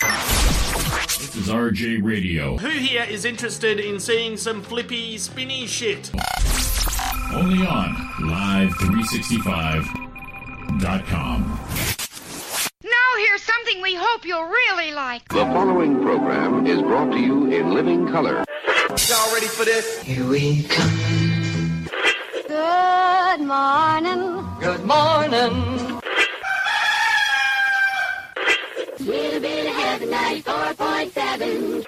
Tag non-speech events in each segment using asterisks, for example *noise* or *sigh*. This is RJ Radio. Who here is interested in seeing some flippy, spinny shit? Only on Live365.com. Now here's something we hope you'll really like. The following program is brought to you in living color. Y'all ready for this? Here we come. Good morning. Good morning. Little bit of heaven, 94.7.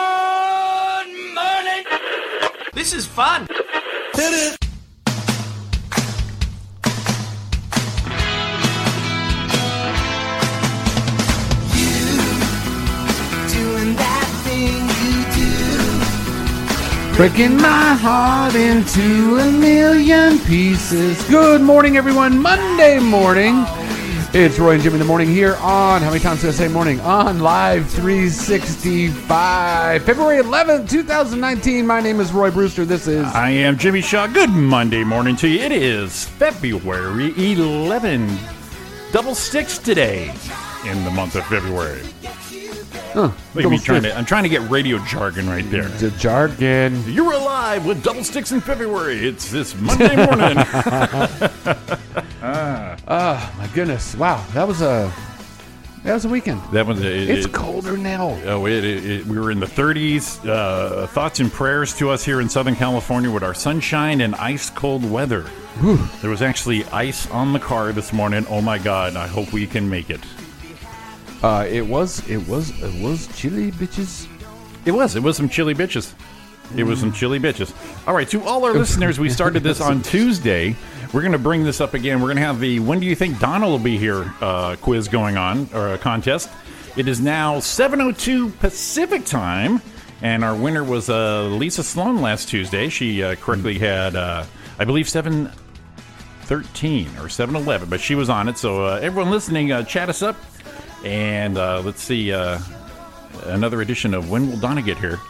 Good morning. This is fun. Doing that thing you do. Breaking my heart into a million pieces. Good morning, everyone. Monday morning. It's Roy and Jimmy in the morning here on, how many times did I say morning? On Live 365, February 11th, 2019. My name is Roy Brewster. This is. I am Jimmy Shaw. Good Monday morning to you. It is February 11. Double sticks today in the month of February. Huh, Look at me trying to, I'm trying to get radio jargon right there. The jargon. You're alive with double sticks in February. It's this Monday *laughs* morning. Oh, my goodness. Wow. That was a. That was a weekend. that one's it, It's it- colder now. Oh, it, it, it, we were in the 30s. Uh, thoughts and prayers to us here in Southern California with our sunshine and ice cold weather. There was actually ice on the car this morning. Oh my God! I hope we can make it. Uh, it was. It was. It was chilly, bitches. It was. It was some chilly bitches. It was some chilly bitches. All right, to all our listeners, we started this on Tuesday. We're going to bring this up again. We're going to have the "When do you think Donald will be here?" Uh, quiz going on or a contest. It is now 7:02 Pacific time, and our winner was uh, Lisa Sloan last Tuesday. She uh, correctly had, uh, I believe, seven 13 or 711, but she was on it. So uh, everyone listening, uh, chat us up, and uh, let's see uh, another edition of When Will Donna Get Here?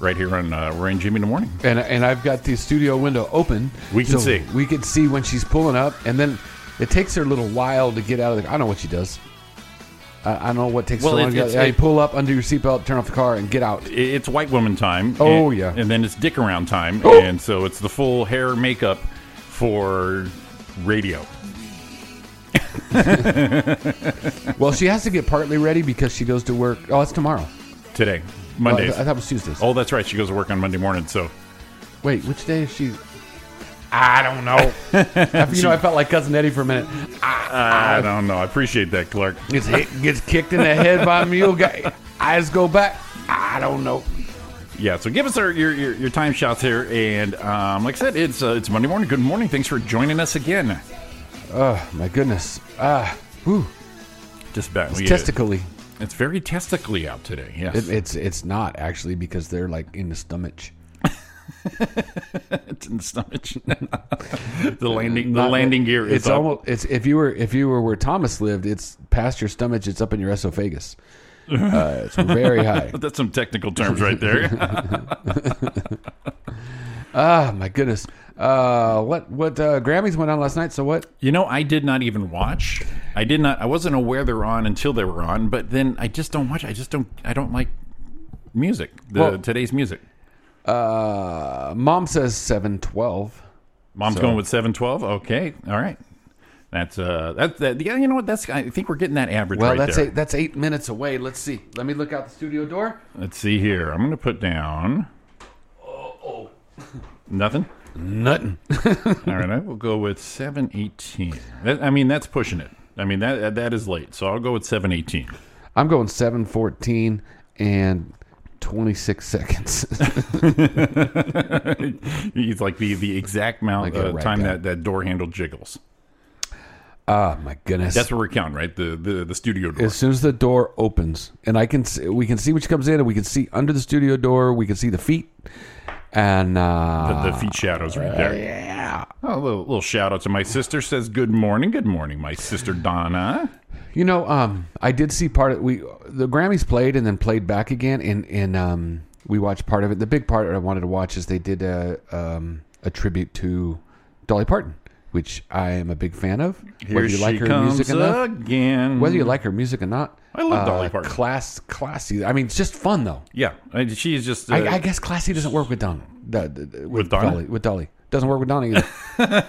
Right here on uh, Roy and Jimmy in the morning. and and I've got the studio window open. We can see. We can see when she's pulling up, and then it takes her a little while to get out of the. I don't know what she does. I, I don't know what takes Well, so long. it- to get out. it's- Yeah, you it- pull up, undo your seatbelt, turn off the car, and get *laughs* out. I- It's white woman time. Oh, and- yeah. Oh! and then it's dick around time, and so it's the full hair makeup for radio. Well, she has to get partly ready because she goes to work. Oh, it's tomorrow. Oh, I Today, th- Mondays. I, thought it was Tuesdays. Oh, that's right. She goes to work on Monday morning. So Wait, which day is she? I don't *laughs* know. I- you know, I felt like Cousin Eddie for a minute. I don't know. I appreciate that, Clark. Gets hit, gets kicked in the head by a mule guy. Eyes go back. I don't know. Yeah, so give us our, your, your your time shots here, and um, like I said, it's uh, it's Monday morning. Good morning, thanks for joining us again. Oh my goodness. Ah, whew. Just about It's we- testically. It's very testically out today. Yes, It, it's it's not actually because they're like in the stomach. it's *laughs* in the stomach. the landing the Not- landing gear is It's up. *laughs* almost it's if you were if you were where Thomas lived, it's past your stomach. It's up in your *laughs* esophagus. Uh, it's very high. That's some technical terms right there. *laughs* Ah, my goodness. Uh, what what uh, Grammys went on last night? So what? you know, I did not even watch. I did not. I wasn't aware they're on until they were on. But then I just don't watch. I just don't. I don't like music. The Well- today's music. Uh, Mom says seven twelve. Mom's going with seven twelve. Okay, all right. That's uh, that, that yeah. You know what? That's I think we're getting that average Well, right that's there. eight, that's eight minutes away. Let's see. Let me look out the studio door. Let's see here. I'm gonna put down. Nothing. Nothing. All right, I will go with seven eighteen. That, I mean, that's pushing it. I mean that that is late. So I'll go with seven eighteen. I'm going seven fourteen and twenty six seconds. *laughs* It's like the the exact amount I got it of right time down. that that door handle jiggles. Ah, my goodness. That's what we're counting, right? The the the studio door. As soon as the door opens, and I can see, we can see which comes in, and we can see under the studio door, we can see the feet, and uh, the, the feet shadows right there. yeah. Oh, a little, little shout out to my sister says good morning. Good morning, my sister Donna. you know, um, I did see part of we the Grammys played and then played back again, and and um, we watched part of it. The big part I wanted to watch is they did a um, a tribute to Dolly Parton, which I am a big fan of. Here she comes again. whether you like her music or not, uh, I love Dolly Parton. Class, classy. I mean, it's just fun though. Yeah, I- she's just. Uh, I, I guess classy doesn't work with Don. the- the- the- With Donna? Dolly, with Dolly doesn't work with Donna either.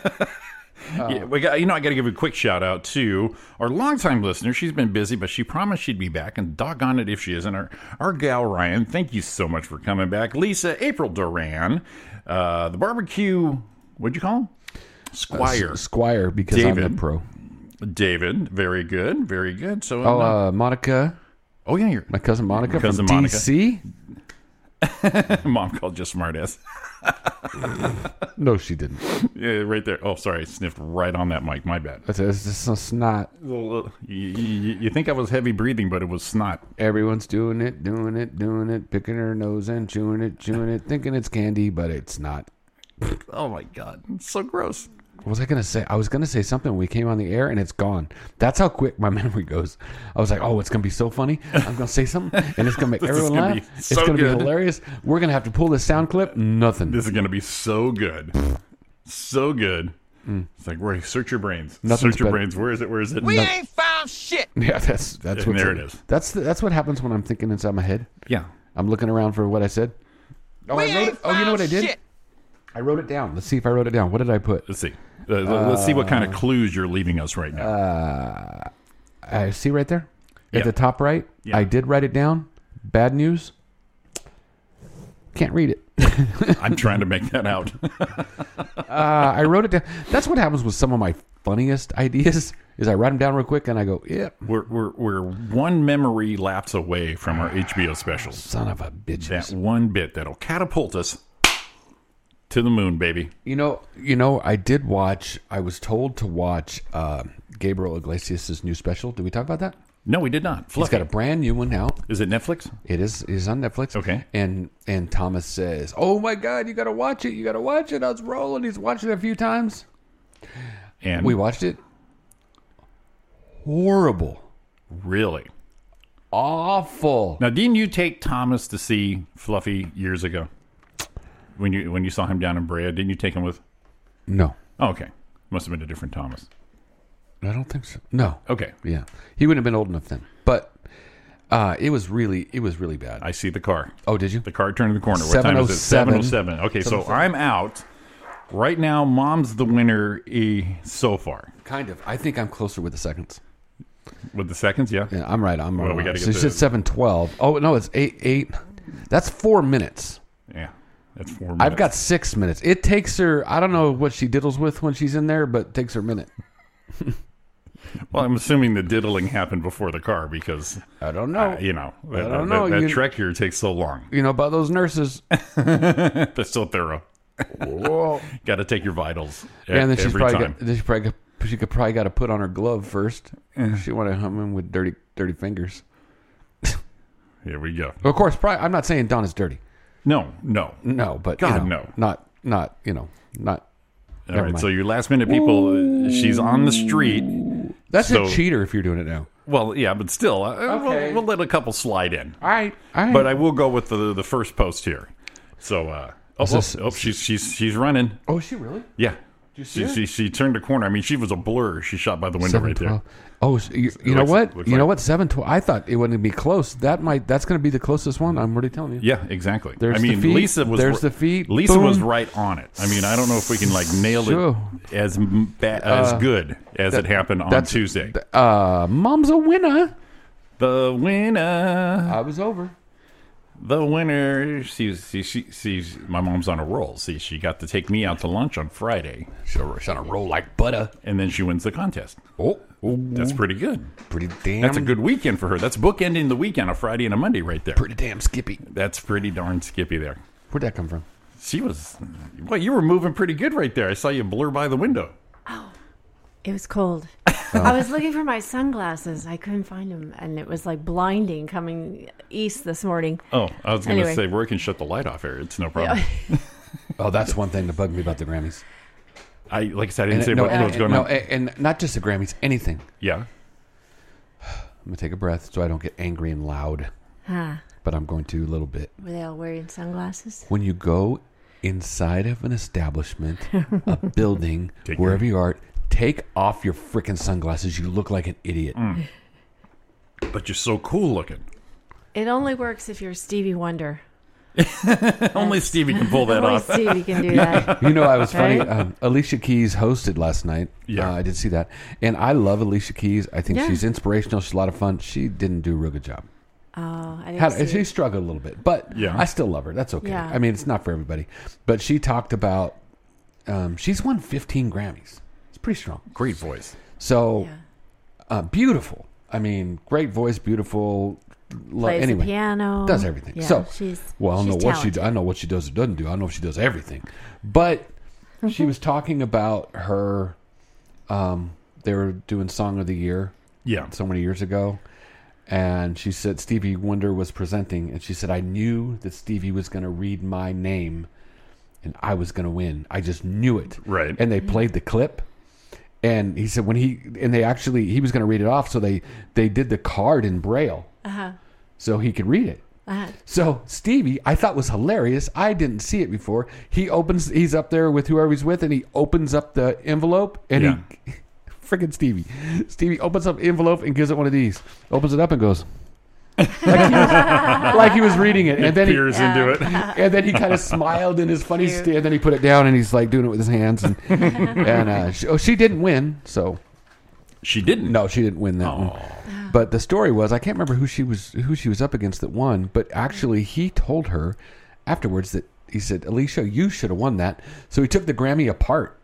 Yeah, we got, you know, I got to give a quick shout out to our longtime listener. She's been busy, but she promised she'd be back, and doggone it if she isn't. Our, our gal, Ryan, thank you so much for coming back. Lisa, April Duran, uh, the barbecue, what'd you call him? Squire. Squire, because I'm David. the pro. David, very good, very good. So, Oh, uh, uh, Monica, oh yeah, your my cousin Monica Cousin from Monica. DC. *laughs* mom called you smartass. *laughs* No, she didn't. yeah, right there. Oh, sorry, I sniffed right on that mic. My bad. That's, that's just a snot. You, you- you think I was heavy breathing, but it was snot. Everyone's doing it, doing it, doing it, picking her nose and chewing it, chewing it, thinking it's candy, but it's not. Oh my god, it's so gross. What was I gonna say? I was gonna say something. when We came on the air and it's gone. That's how quick my *laughs* memory goes. I was like, "Oh, it's gonna be so funny. I'm gonna say something, and it's gonna make *laughs* This is everyone gonna laugh. be It's so gonna good." be hilarious. We're gonna have to pull this sound clip. Nothing. This is going to be so good. so good. It's like, where, search your brains. Nothing's search your better. brains. Where is it? Where is it? We ain't found Oh, shit. *laughs* yeah, that's that's And what's there in- it is. That's the, that's what happens when I'm thinking inside my head. Yeah. I'm looking around for what I said. Oh, We I wrote ain't it. Oh, you know what I found did? shit. I wrote it down. Let's see if I wrote it down. What did I put? Let's see. Uh, let- let's see what kind of clues you're leaving us right now. I see right there Yeah. at uh, the top right. Yeah. I did write it down. Bad news. Can't read it. *laughs* *laughs* I'm trying to make that out. *laughs* Uh, I wrote it down. That's what happens with some of my funniest *laughs* ideas. Is I write them down real quick and I go, "Yep, we're, we're, we're one memory lapse away from our HBO specials. son of a That bitches." one bit that'll catapult us to the moon, baby. You know, you know. I did watch. I was told to watch uh, Gabriel Iglesias' new special. Did we talk about that? No, we did not. He's Fluffy. got a brand new one out. is it Netflix? It is it is on Netflix. Okay. And and Thomas says, "Oh my God, you got to watch it! You got to watch it!" I was rolling. He's watched it a few times. And We watched it. Horrible, really. awful. Now, didn't you take Thomas to see Fluffy years ago? When you when you saw him down in Brea, didn't you take him with? No, Oh, okay, must have been a different Thomas. I don't think so. No. Okay, Yeah, he wouldn't have been old enough then. But uh, it was really, it was really bad. I see the car. oh, did you? The car turned the corner. What time is it? 7:07. Seven oh seven. Okay, so I'm out right now. Mom's the winner eh, so far kind of. I think I'm closer with the seconds. with the seconds. Yeah, Yeah, I'm right. I'm Well, right. we gotta so get you said the- seven twelve. Oh no, it's eight eight. That's four minutes. yeah. That's four. Minutes. I've got six minutes. It takes her. I don't know what she diddles with when she's in there, but it takes her a minute. Well, I'm assuming the diddling happened before the car because I don't know. uh, you know that, don't that- know. that You- trek here takes so long. You know about those nurses. *laughs* That's so thorough. Whoa. Got to take your vitals. e- and then she's every probably time. got, then she probably got, she could probably got to put on her glove first. She want to hum him with dirty dirty fingers. Here we go. Of course, probably, I'm not saying Don is dirty. No, no. No, but you God, know, no. not not you know, not. All right, mind. so your last minute people, uh, she's on the street. That's So- a cheater if you're doing it now. Well, yeah, but still, uh, Okay. we'll, we'll let a couple slide in. All right, all right. But I will go with the the first post here. So, uh, oh, this- oh, oh, she's she's she's running. oh, is she really? Yeah, see she, her? she she turned a corner. I mean, she was a blur. She shot by the window Seven right there. twelve. Oh, so you, you know looks- what? looks You know like- what? Seven twelve. I thought it wouldn't be close. That might. That's going to be the closest one. I'm already telling you. Yeah, exactly. There's I the mean, feet. Lisa was There's the feet. Lisa Boom. was right on it. I mean, I don't know if we can like nail Sure. Uh, it as m- ba- as good as it happened on that's- Tuesday. Uh, mom's a winner. the winner. I was over. the winner. She's, she, she, she's, my mom's on a roll. See, she got to take me out to lunch on Friday, She's on a roll like butter. and then she wins the contest. Oh, Um, That's pretty good. pretty damn. That's a good weekend for her. That's bookending the weekend, a Friday and a Monday right there. Pretty damn Skippy. That's pretty darn skippy there. Where'd that come from? She was, well, you were moving pretty good right there. I saw you blur by the window. It was cold. I was looking for my sunglasses. I couldn't find them, and it was like blinding coming east this morning. Oh, I was going to Anyway. say, where I can shut the light off here. It's no problem. Oh, that's one thing that bugged me about the Grammys. I, like I said, I didn't And- say no, what, and- what was going no, on. and and not just the Grammys. Anything. yeah. I'm gonna take a breath so I don't get angry and loud, Huh. but I'm going to a little bit. Were they all wearing sunglasses? When you go inside of an establishment, a building, Take your- wherever you are, take off your freaking sunglasses. You look like an idiot. Mm. But you're so cool looking. It only works if you're Stevie Wonder. Only Stevie can pull that only off. Stevie can do that. *laughs* You know, I was funny. Right? Um, Alicia Keys hosted last night. Yeah. Uh, I did see that, and I love Alicia Keys. I think Yeah. she's inspirational. She's a lot of fun. She didn't do a real good job. Oh, I didn't Had, see she it. struggled a little bit, but Yeah. I still love her. That's okay. Yeah. I mean, it's not for everybody, but she talked about um, she's won 15 Grammys. It's pretty strong. Great voice. So Yeah. uh, beautiful. I mean, great voice, beautiful. Lo- Plays the anyway, piano. does everything. Yeah, so she's- well, I don't she's know what she. talented. I know what she does or doesn't do. I know if she does everything, but Mm-hmm. she was talking about her. Um, they were doing Song of the Year Yeah. so many years ago. And she said Stevie Wonder was presenting, and she said, I knew that Stevie was going to read my name and I was going to win. I just knew it. Right. And they Mm-hmm. played the clip. And he said, when he, and they actually, he was going to read it off. So they, they did the card in Braille so he could read it. Uh, So Stevie, I thought was hilarious. I didn't see it before. He opens, he's up there with whoever he's with, and he opens up the envelope, and Yeah. *laughs* he, freaking Stevie, Stevie opens up the envelope and gives it one of these. Opens it up and goes, like he was, like he was reading it, and then he, Peers into it. and then he kind of smiled in his funny st- and then he put it down, and he's like doing it with his hands, and and uh, she, oh, she didn't win, so She didn't. no, she didn't win that one. But the story was, I can't remember who she was who she was up against that won. But actually, he told her afterwards that he said, "Alicia, you should have won that." So he took the Grammy apart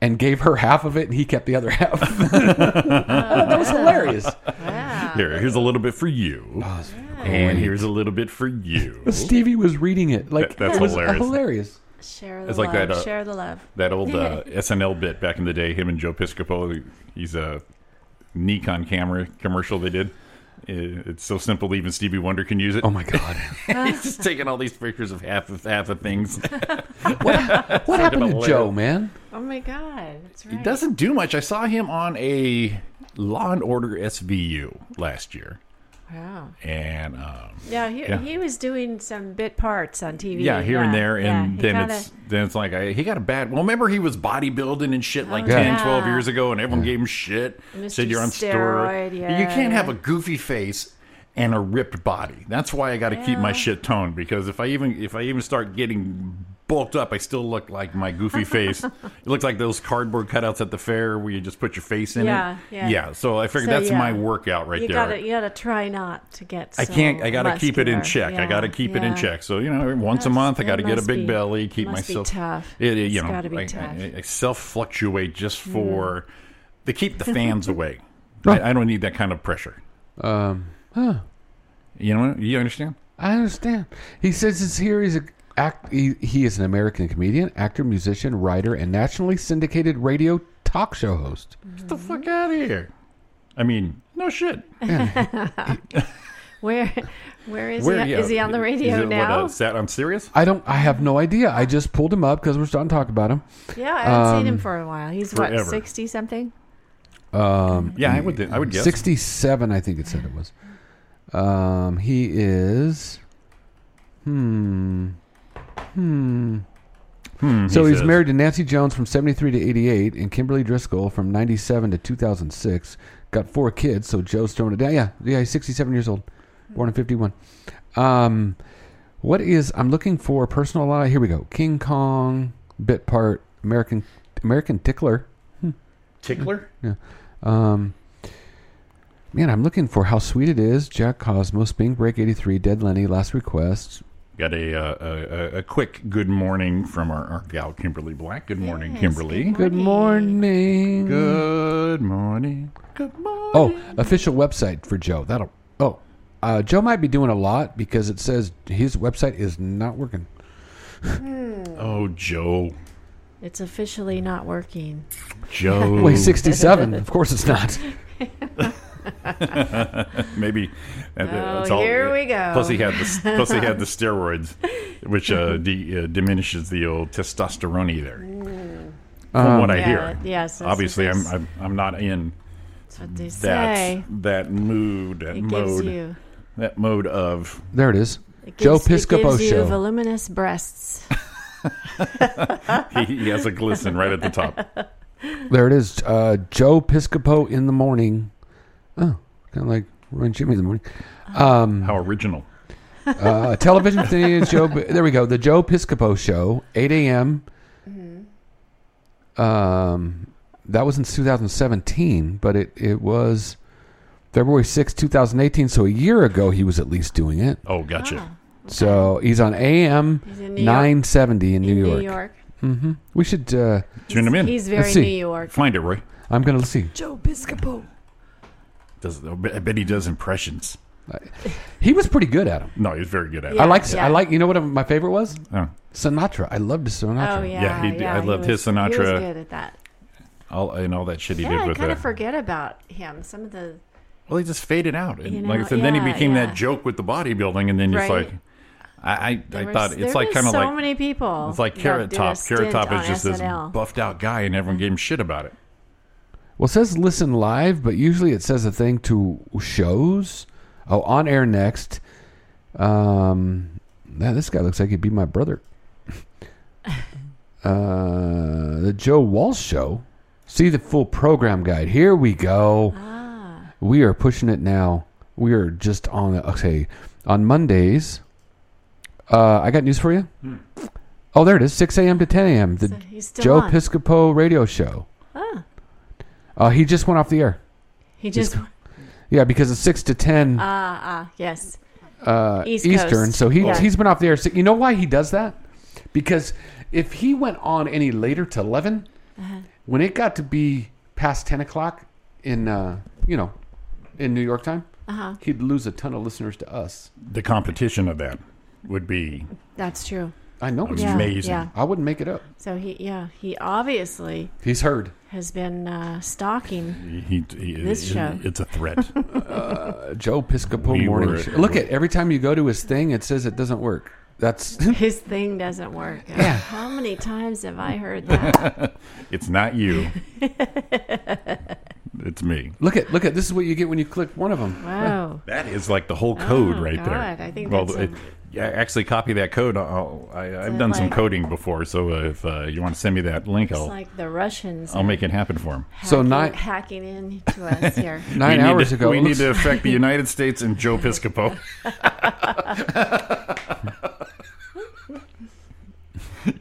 and gave her half of it, and he kept the other half. *laughs* Oh, that was hilarious. wow. Here, here's a little bit for you. Oh, and here's a little bit *laughs* for you. Stevie was reading it like That- that's it was hilarious. hilarious. Share the It's love. like that, uh, Share the love. That *laughs* old uh, SNL bit back in the day, him and Joe Piscopo, he's a Nikon camera commercial they did. It- It's so simple, even Stevie Wonder can use it. Oh my god! *laughs* He's just taking all these pictures of half of half of things. What happened to hilarious. Joe, man? Oh my God. That's right. He doesn't do much. I saw him on a Law and Order SVU last year, Wow. and um, Yeah he, Yeah. he was doing some bit parts on TV. yeah, here and there, and yeah, he then kinda- it's then it's like I, he got a bad. Well, remember he was bodybuilding and shit like Oh, 10, yeah. 12 years ago, and everyone gave him shit. Mr. Said you're on Steroid, steroid. yeah, you can't yeah. have a goofy face and a ripped body. That's why I got to keep my shit toned because if I even if I even start getting bulked up, I still look like my *laughs* goofy face. it looks like those cardboard cutouts at the fair where you just put your face in Yeah, it. yeah. So I figured so, that's yeah. my workout right you there. Gotta, you gotta try not to get. I so can't. I gotta keep it in muscular. check. I gotta Yeah, keep it yeah. in check. So you know, every once a That's- month, I that gotta get a must big be- belly. Keep must be myself tough. It, it- you It's know, gotta be I, tough. I, I self fluctuate just for to keep the *laughs* fans away. I, I don't need that kind of pressure. Um, huh. You know, what- you understand? I understand. He says it's here. He's a act. He, he is an American comedian, actor, musician, writer, and nationally syndicated radio talk show host. Get the Mm-hmm. fuck out of here. I mean, no shit. Where, where is Where- he? yeah, Is he on the is radio it, now? What, uh, sat on serious? I don't. I have no idea. I just pulled him up because we're starting to talk about him. yeah, I haven't seen Um, him for a while. He's forever. what sixty something. Um, Yeah, I would. I would guess. sixty-seven. I think it said it was. Um, he is. Hmm. Hmm. Hmm, So he he's says. married to Nancy Jones from 73 to 88 and Kimberly Driscoll from 97 to 2006. Got four kids, so Joe's throwing it down. Yeah, yeah, he's 67 years old. Born in 51. Um, what is, I'm looking for personal law. Here we go. King Kong, bit part, American American tickler. tickler. Um, man, I'm looking for How Sweet It Is, Jack Cosmos, Spring Break 83, Dead Lenny, Last Request. Got a, uh, a a- a quick good morning from our, our gal Kimberly Black. Good morning, Yes, Kimberly. Good morning. Good morning. Good morning. Oh, official website for Joe. That'll. Oh, uh, Joe might be doing a lot because it says his website is not working. Oh, *laughs* Joe. It's officially not working. Joe. *laughs* Wait, sixty-seven. of course, it's not. Maybe. that- that's all- Oh, uh, here we go. Plus, he had the plus *laughs* he had the steroids, which uh, de- uh, diminishes the old testosterone there. From Um, what I Yeah, hear. yes, that's Obviously, what I'm, this- I'm I'm not in That's what they that say. that mood that It gives mode you. that mode of *laughs* There it is. It Joe gives, it Piscopo gives you show. voluminous breasts. he, he has a glisten right at *laughs* the top. There it is. Uh, Joe Piscopo in the morning. Oh, kind of like Roy and Jimmy in the morning. How original. Uh, television *laughs* station show. There we go. The Joe Piscopo Show, 8 a.m. Mm-hmm. Um, that was in 2017, but it, it was February 6, 2018. So a year ago, he was at least doing it. Oh, gotcha. Ah, So he's on AM He's in New York. 970 in New York. New York. We should. Uh, Tune him in. He's very see. New York. Find it, Roy. I'm going to see. Joe Piscopo. Does, I bet he does impressions. He was pretty good at them. No, he's very good at I Yeah, it. like. yeah. I like. You know what my favorite was? Oh, Sinatra. I loved Sinatra. Oh yeah, Yeah, he did- I he loved was- his He Sinatra. was good at that. all, and all that shit he Yeah, did I with kind the. of forget about him. Some of the Well, he just faded out, and You know, like I said, then he yeah, became yeah. that joke with the bodybuilding, and then it's Right. like, I, I, there I were- thought there it's like were kind of so like many people. it's like that Carrot did a Top. stint Carrot Top on is just SNL. this buffed out guy, and everyone gave him shit about it. Well, it says listen live, but usually it says a thing to shows. Oh, on air next. Um, now this guy looks like he'd be my brother. *laughs* uh, the Joe Walsh Show. See the full program guide. Here we go. Ah. We are pushing it now. We are just on. Okay, on Mondays. Uh, I got news for you. Oh, there it is. 6 a.m. to 10 a.m. The So he's still Joe on. Ah. Piscopo radio show. Uh, he just went off the air. He just ah Yeah, because it's six to ten ah yes. uh, East Eastern, Coast. so he Yeah. he's been off the air. So you know why he does that? Because if he went on any later to 11 Uh-huh. when it got to be past ten o'clock in uh, you know in New York time, Uh-huh. he'd lose a ton of listeners to us. The competition of that would be That's true. I know. it's Oh, Yeah, true. Amazing. Yeah. I wouldn't make it up. So he yeah he obviously He's heard. has been uh, stalking. *laughs* he, he, This it- show. It's a *laughs* threat. Joe Piscopo We morning. were- show. Look at every time you go to his thing, it says it doesn't work. That's *laughs* His thing doesn't work. How many times have I heard that? *laughs* it's not you. it's me. look at look at this is what you get when you click one of them. Wow. That is like the whole code right Oh, God, there. I think well, that's it- a- yeah, actually copy that code. I'll, I, I've done some like- coding before, so uh, if uh, you want to send me that link, It's I'll like the Russians. I'll make it happen for him. hacking, So nine- hacking in to *laughs* us here. Nine We need hours to- ago, we it need looks- to *laughs* affect the United States and Joe Piscopo.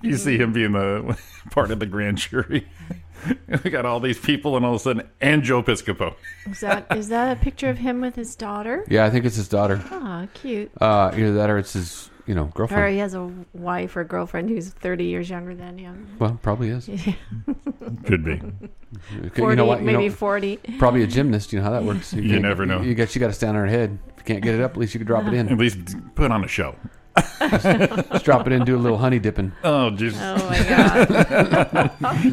you see him being the part of the grand jury. *laughs* we got all these people, and all of a sudden, and Joe Piscopo. Is that is that a picture of him with his daughter? Yeah, I think it's his daughter. Aw, cute. Uh, either that or it's his, you know, Or girlfriend. he has a wife or girlfriend who's 30 years younger than him. Well, *laughs* probably is. Could be. 40, you know what? You maybe know, *laughs* 40. probably a gymnast. You know how that works. You can't- never know. You got you got to stand on her head. If you can't get it up, at least you can drop it At *laughs* in. least put on a show. Just drop it in. Do a little honey dipping. Oh, Jesus. Oh my God.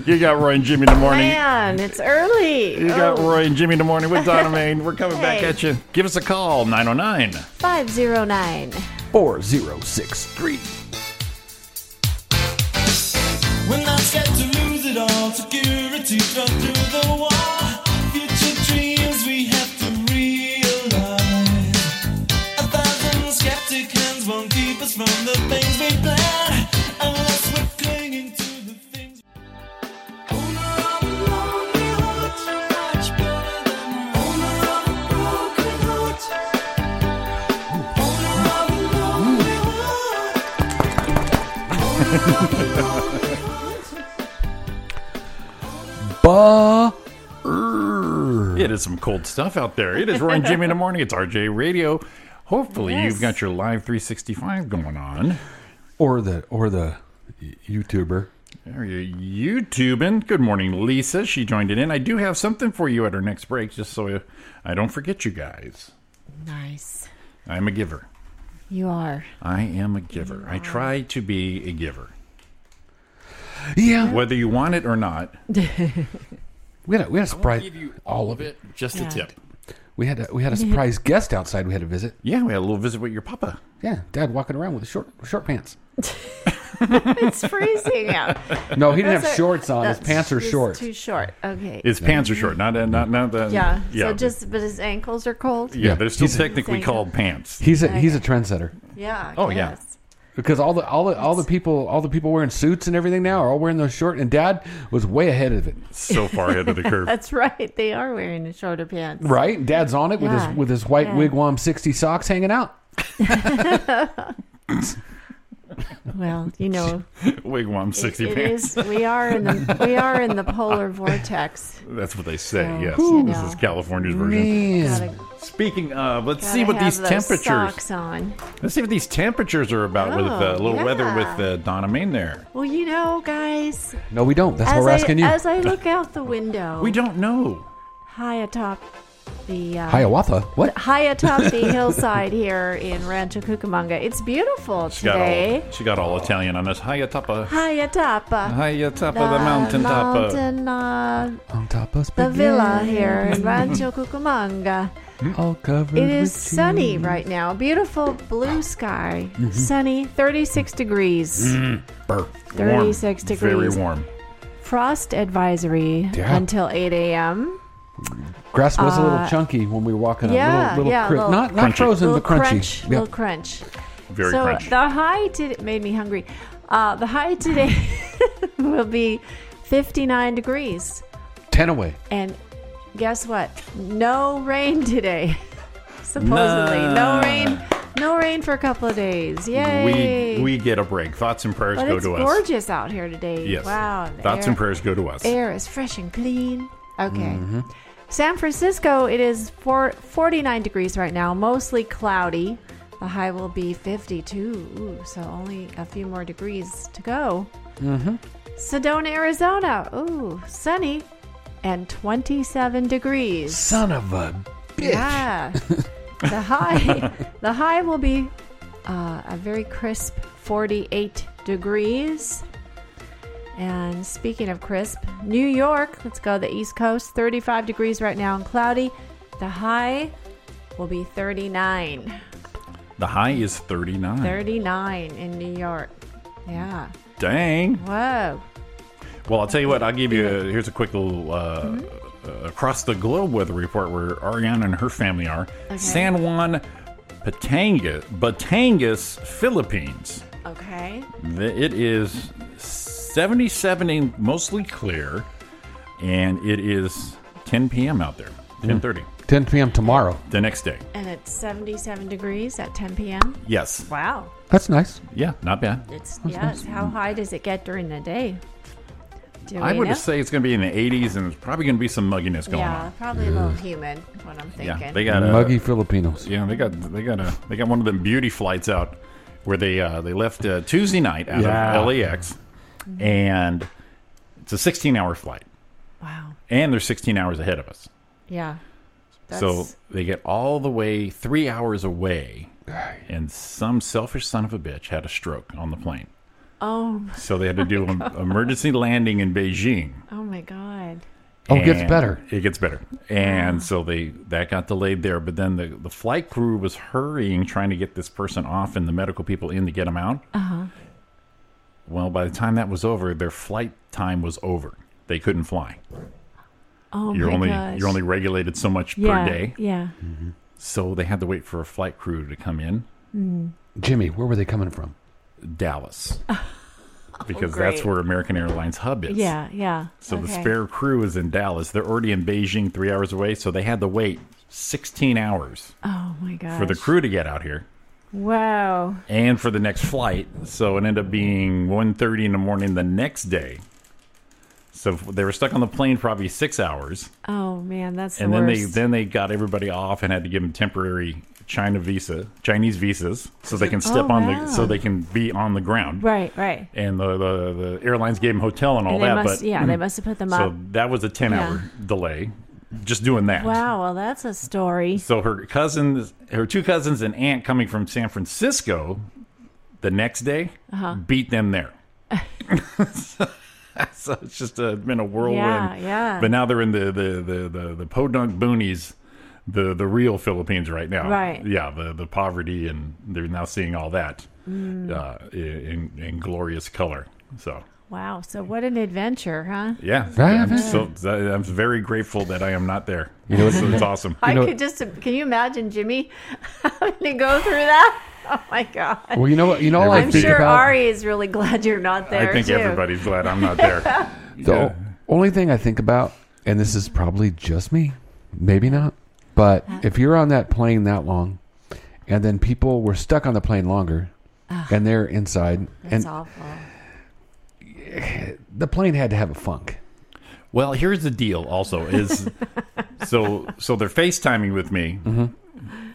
You got Roy and Jimmy in the morning. Man, it's early. Oh, You got oh. Roy and Jimmy in the morning *laughs* with Donna Main. We're coming back Hey. at you. Give us a call, 909. 509. Four zero six three. When I said to lose it all, security struck through the wall. Future dreams we have to realize. A thousand skeptic hands won't keep us from the things we plan. Unless we're clinging to the things. Owner of a lonely heart, much better than owner of a broken heart. Owner of a lonely heart. Bah. It is some cold stuff out there. It is Roy and Jimmy in the morning. It's RJ Radio. Hopefully, you've Yes. got your live 365 going on. Or the or the YouTuber. Are you YouTubing? Good morning, Lisa. She joined it in. I do have something for you at our next break, just so I don't forget you guys. Nice. I'm a giver. You are. I am a giver. I try to be a giver, Yeah. whether you want it or not. We had a, we had a surprise. all of it. Just Yeah. tip. We had a, we had *laughs* a surprise guest outside. We had a visit. Yeah, we had a little visit with your papa. Yeah, Dad walking around with short short pants. *laughs* It's freezing out. No, *laughs* he didn't have Those are- shorts on. His that's- pants are he's short. Too short. Okay. His pants are short. Not uh, not not the yeah. yeah. So just, but his ankles are cold. yeah, they're still He's a- technically Thank you. called pants. He's a he's a trendsetter. Yeah. I Oh, yeah. guess. because all the all the all the people all the people wearing suits and everything now are all wearing those shorts. And Dad was way ahead of it, so far ahead *laughs* of the curve. That's right. They are wearing the shoulder pants. right? Dad's on it with Yeah. his with his white Yeah. wigwam sixty socks hanging out. Well, you *laughs* know, Wigwam it sixty pants. is. We are in the we are in the polar vortex. That's what they say. So, yes, you this know. is California's version. Man, Gotta, Speaking of, let's gotta see what have these those temperatures. Socks on. Let's see what these temperatures are about with uh, Oh, little weather yeah. with uh, Donna Main there. Well, you know, guys, no, we don't. That's why as we're I asking you. as I look out the window, We don't know. high atop the uh, Hiawatha. What? high atop the hillside here in Rancho Cucamonga. It's beautiful She got today. all she got all Italian on us. High atop of High atop uh, high atop of the mountain top of mountain, uh, On top of the spaghetti, villa here in Rancho Cucamonga. Mm-hmm. all covered. It is with sunny cheese. right now. Beautiful blue sky. Sunny, 36 degrees. Brr. 36 warm, Very degrees. warm. Frost advisory Yeah. until 8 a.m. Grass was a little Uh, chunky when we were walking. up. yeah, little, little yeah, cri- little- not not Crunchy. frozen, little but crunchy. crunch. Yeah. Little crunch. Very so crunchy. the high today made me hungry. Uh, the high today *laughs* will be 59 degrees. Ten away. And guess what? No rain today. *laughs* Supposedly. Nah. No rain. No rain for a couple of days. Yay. We we get a break. Thoughts and prayers but go it's to us. gorgeous out here today. Yes. Wow. the Thoughts air, and prayers go to us. Air is fresh and clean. Okay. San Francisco, it is four, 49 degrees right now, mostly cloudy. The high will be 52. Ooh, so only a few more degrees to go. Mm-hmm. Sedona, Arizona. Ooh, sunny and 27 degrees. Son of a bitch. Yeah. the high the high will be uh, a very crisp 48 degrees. And speaking of crisp, New York, let's go the East Coast, 35 degrees right now and cloudy. The high will be 39. The high is 39. 39 in New York. Yeah. Dang. Whoa. Well, I'll tell you what. I'll give you a, here's a quick little uh, Mm-hmm. uh, across the globe weather report where Ariana and her family are. San Juan, Patanga, Batangas, Philippines. Okay. Th- It is 77 and mostly clear, and it is 10 p.m. out there. 10:30 10 p.m. tomorrow. the next day. And it's 77 degrees at 10 p.m. Yes. Wow. That's nice. Yeah. Not bad. *laughs* It's yes. How high does it get during the day? Do I we would know? say it's going to be in the 80s, and there's probably going to be some mugginess going yeah, on. probably a little humid. is What I'm thinking. Yeah. They got a Muggy Filipinos. Yeah, they got they got a they got one of them beauty flights out where they uh, they left uh, Tuesday night out Yeah. of LAX, and it's a 16 hour flight, wow. and they're 16 hours ahead of us. Yeah. That's, So they get all the way three hours away, and some selfish son of a bitch had a stroke on the plane, oh, so they had to do an emergency landing in Beijing. oh my God. Oh, it gets And better. It gets better. And so they that got delayed there, but then the, the flight crew was hurrying trying to get this person off and the medical people in to get him out. Uh-huh. Well, by the time that was over, their flight time was over. They couldn't fly. Oh You're my only gosh. you're only regulated so much yeah, per day. Yeah. So they had to wait for a flight crew to come in. Jimmy, where were they coming from? *laughs* Dallas. Because that's Oh, great. where American Airlines hub is. Yeah. Yeah. So the Okay. spare crew is in Dallas. They're already in Beijing, three hours away. So they had to wait 16 hours Oh my God. for the crew to get out here Wow. and for the next flight. So it ended up being 1.30 in the morning the next day. So they were stuck on the plane for probably six hours, Oh man, that's and the then worst. they then they got everybody off and had to give them temporary China visa, Chinese visas, so they can step Oh, on wow. the so they can be on the ground. right. Right. And the, the the airlines gave them hotel and all And they that, must. but mm. yeah, they must have put them up. so that was a ten hour delay, just doing that. Wow. Well, that's a story. So her cousins, her two cousins and aunt coming from San Francisco the next day Uh-huh. beat them there. *laughs* so it's just uh been a whirlwind. Yeah, yeah. But now they're in the the the the, the podunk boonies. The, the real Philippines right now, Right. Yeah, the, the poverty Mm. and they're now seeing all that uh, in in glorious color. So Wow. So what an adventure, huh? Yeah, That- I'm so that- I'm very grateful that I am not there. You know, it's, it's awesome. *laughs* I know- could just. Can you imagine Jimmy *laughs* having to go through that? *laughs* Oh my God. Well, you know what? You know, all I I'm think sure about. Ari is really glad you're not there. I think too. everybody's glad I'm *laughs* not there. The o- only thing I think about, and this is probably just me, maybe not, but Uh-huh. if you're on that plane that long, and then people were stuck on the plane longer, and they're inside, It's and awful. the plane had to have a funk. Well, here's the deal. Also, *laughs* is so so they're FaceTiming with me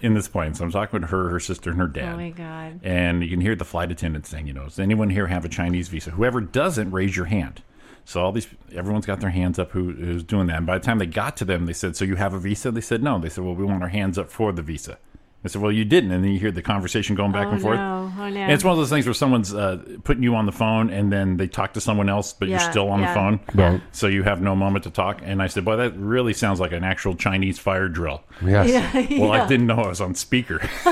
in this plane. So I'm talking with her, her sister, and her dad. Oh my God. And you can hear the flight attendant saying, you know, does anyone here have a Chinese visa? Whoever doesn't, raise your hand. So all these, everyone's got their hands up who is doing that. And by the time they got to them, they said, so you have a visa? They said, no. They said, well, we want our hands up for the visa. They said, well, you didn't. And then you hear the conversation going back Oh, and forth. no. Oh, no. *laughs* And it's one of those things where someone's uh, putting you on the phone and then they talk to someone else, but Yeah, you're still on yeah. the phone. Right. So you have no moment to talk. And I said, boy, that really sounds like an actual Chinese fire drill. Yes. Well, I didn't know I was on speaker. *laughs*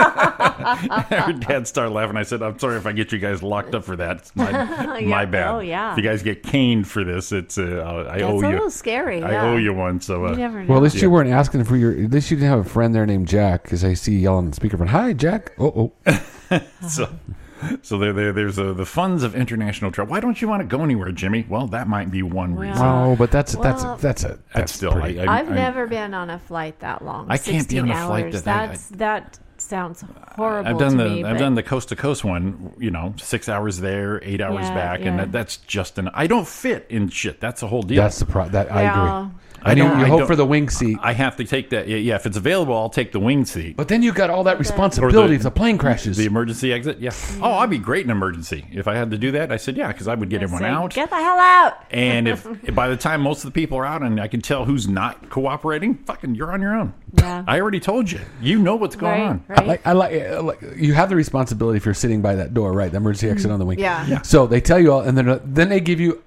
Her dad started laughing. I said, I'm sorry if I get you guys locked up for that. *laughs* It's my, my bad. Oh, yeah. If you guys get caned for this, it's uh, I That's owe a you. little scary. I yeah. owe you one. So uh, You never know. Well, at least you weren't asking for your. At least you didn't have a friend there named Jack, because I see you yelling on the speakerphone. Hi, Jack. *laughs* Oh, oh. so, so there, there, there's uh, the funds of international travel. Why don't you want to go anywhere, Jimmy? Well, that might be one Well, reason. Oh, but that's that's Well- that's that's a that's, That's still. pretty- I, I, I've I- never been on a flight that long. I can't be on 16 a flight hours. that I- That's that sounds horrible. I've done to the me, I've but- done the coast to coast one. You know, six hours there, eight hours Yeah, back, yeah. and that, that's just an. I don't fit in shit. That's the whole deal. That's the pro. That I Yeah. agree. I, mean, don't- you I hope don't- for the wing seat, I have to take that. Yeah, yeah, if it's available, I'll take the wing seat. but then you got all that responsibility if the plane crashes. The emergency exit. Yeah. Oh, I'd be great in emergency if I had to do that. I said yeah, because I would get everyone Say, out. Get *laughs* the hell out. and if by the time most of the people are out, and I can tell who's not cooperating, fucking, you're on your own. Yeah. I already told you. You know what's going Right, on. I right. like, I like, I like you have the responsibility if you're sitting by that door, right? The emergency exit on the wing. Mm-hmm. Yeah. Yeah. So they tell you all, and then uh, then they give you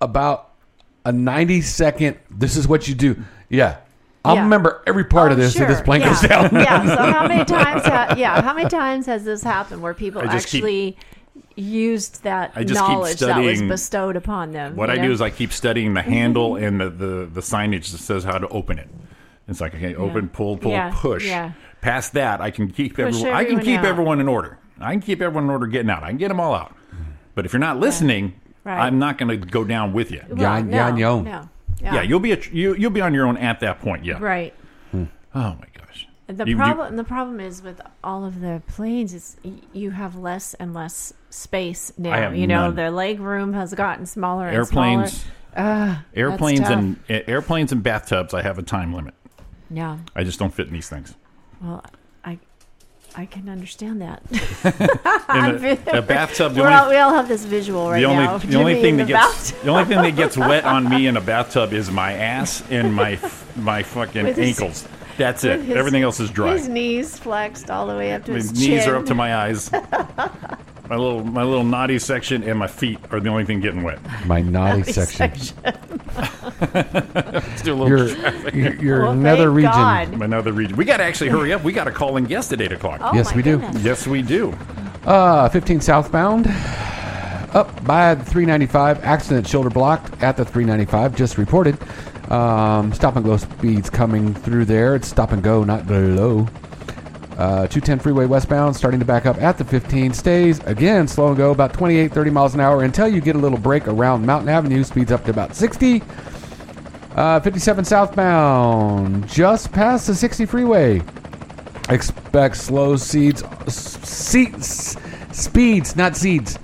about a 90 second. This is what you do. Yeah. I'll Yeah. remember every part of Oh, this if this sure. plane yeah. goes down. *laughs* yeah. So how *laughs* many times? Ha- yeah. How many times has this happened where people I just keep- actually used that I just keep knowledge that was studying bestowed upon them? What you I know? do is I keep studying the handle Mm-hmm. and the, the, the signage that says how to open it. It's like okay, open, pull, pull, Yeah, push. yeah. Past that, I can keep everyone. I can everyone keep out. everyone in order. I can keep everyone in order getting out. I can get them all out. But if you're not listening, Right. I'm not going to go down with you. Well, Yan- no, yan yo. No. Yeah, you'll be a, tr- you you'll be on your own at that point. Yeah. right. Oh my gosh. The You- you- problem the problem is with all of the planes is y- you have less and less space now. have you know, none. the leg room has gotten smaller and airplanes, smaller. airplanes, tough. and a- airplanes and bathtubs. I have a time limit. Yeah. I just don't fit in these things. Well, I I can understand that. In a, a bathtub. *laughs* the We're only- all, we all have this visual right the only now. the only Jimmy thing in that the gets bath- the only thing that gets wet on me *laughs* in a bathtub is my ass and my f- my fucking With his- ankles. *laughs* That's it. *laughs* his- Everything else is dry. His knees flexed all the way up to my his knees are up to chin. *laughs* my eyes. My little my little naughty section and my feet are the only thing getting wet. *laughs* My naughty section. Let's do a Your, little. your, your Well, nether thank region. God. Another region. We got to actually hurry up. We got to call in guest at eight o'clock. Oh Yes, my we do. goodness. Yes, we do. Uh, 15 southbound, up by the 395. Accident shoulder blocked at the 395, just reported. Um, stop and go speeds coming through there. It's stop and go, not below. Uh, 210 freeway westbound, starting to back up at the 15. Stays again slow and go about 28, 30 miles an hour until you get a little break around Mountain Avenue. Speeds up to about 60. Uh, 57 southbound, just past the 60 freeway. Expect slow seeds, seeds, speeds, not seeds,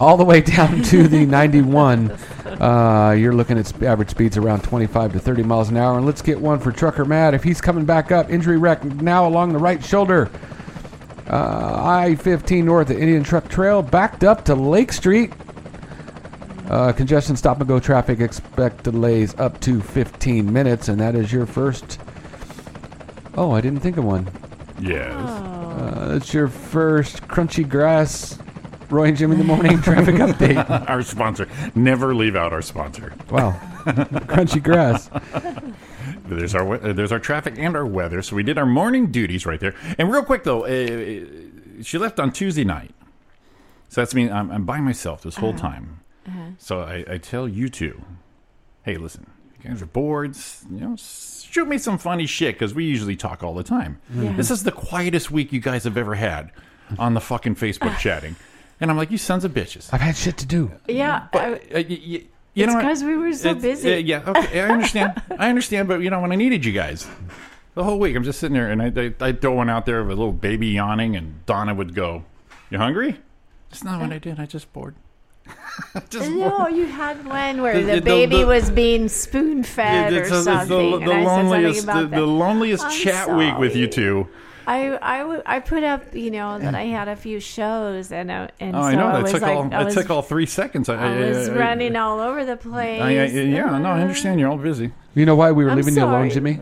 all the way *laughs* down to the 91. Uh, you're looking at sp- average speeds around 25 to 30 miles an hour. And let's get one for Trucker Matt if he's coming back up. Injury wreck now along the right shoulder. Uh, I 15 north at Indian Truck Trail, backed up to Lake Street. Uh, congestion, stop and go traffic. Expect delays up to 15 minutes, and that is your first. Oh, I didn't think of one. Yes. Oh. Uh, it's your first crunchy grass, Roy and Jim in *laughs* the morning traffic update. *laughs* Our sponsor. Never leave out our sponsor. Wow, crunchy grass. There's our we- uh, there's our traffic and our weather. So we did our morning duties right there. And real quick though, eh, Uh-huh. uh, she left on Tuesday night, so that's mean I'm, I'm by myself this whole time. So I, I tell you two, hey, listen, you guys are bored. s- You know, s- shoot me some funny shit because we usually talk all the time. This is the quietest week you guys have ever had on the *laughs* fucking Facebook chatting. And I'm like, you sons of bitches. I've had shit to do. Yeah. I- But, uh, y- y- you know what? 'cause we were so busy. uh, yeah, okay, I understand. I understand, but you know, when I needed you guys the whole week, I'm just sitting there and I, I, I'd throw one out there with a little baby yawning, and Donna would go, You hungry? It's not what I did. I just bored. *laughs* just bored. no, you had one where The- the, the- baby the- was being spoon fed or It's- it's the- it's the- something. the and I loneliest, said something about the, the that. loneliest I'm chat week with you two. I, I, w- I put up, you know, that I had a few shows and, uh, and Mm. Oh, so I know that was took like, all. I That was, took all three seconds. I, I I- was I- running all over the place. *laughs* I- I- yeah, no, I understand. You're all busy. You know why we were I'm leaving you alone, sorry. Jimmy?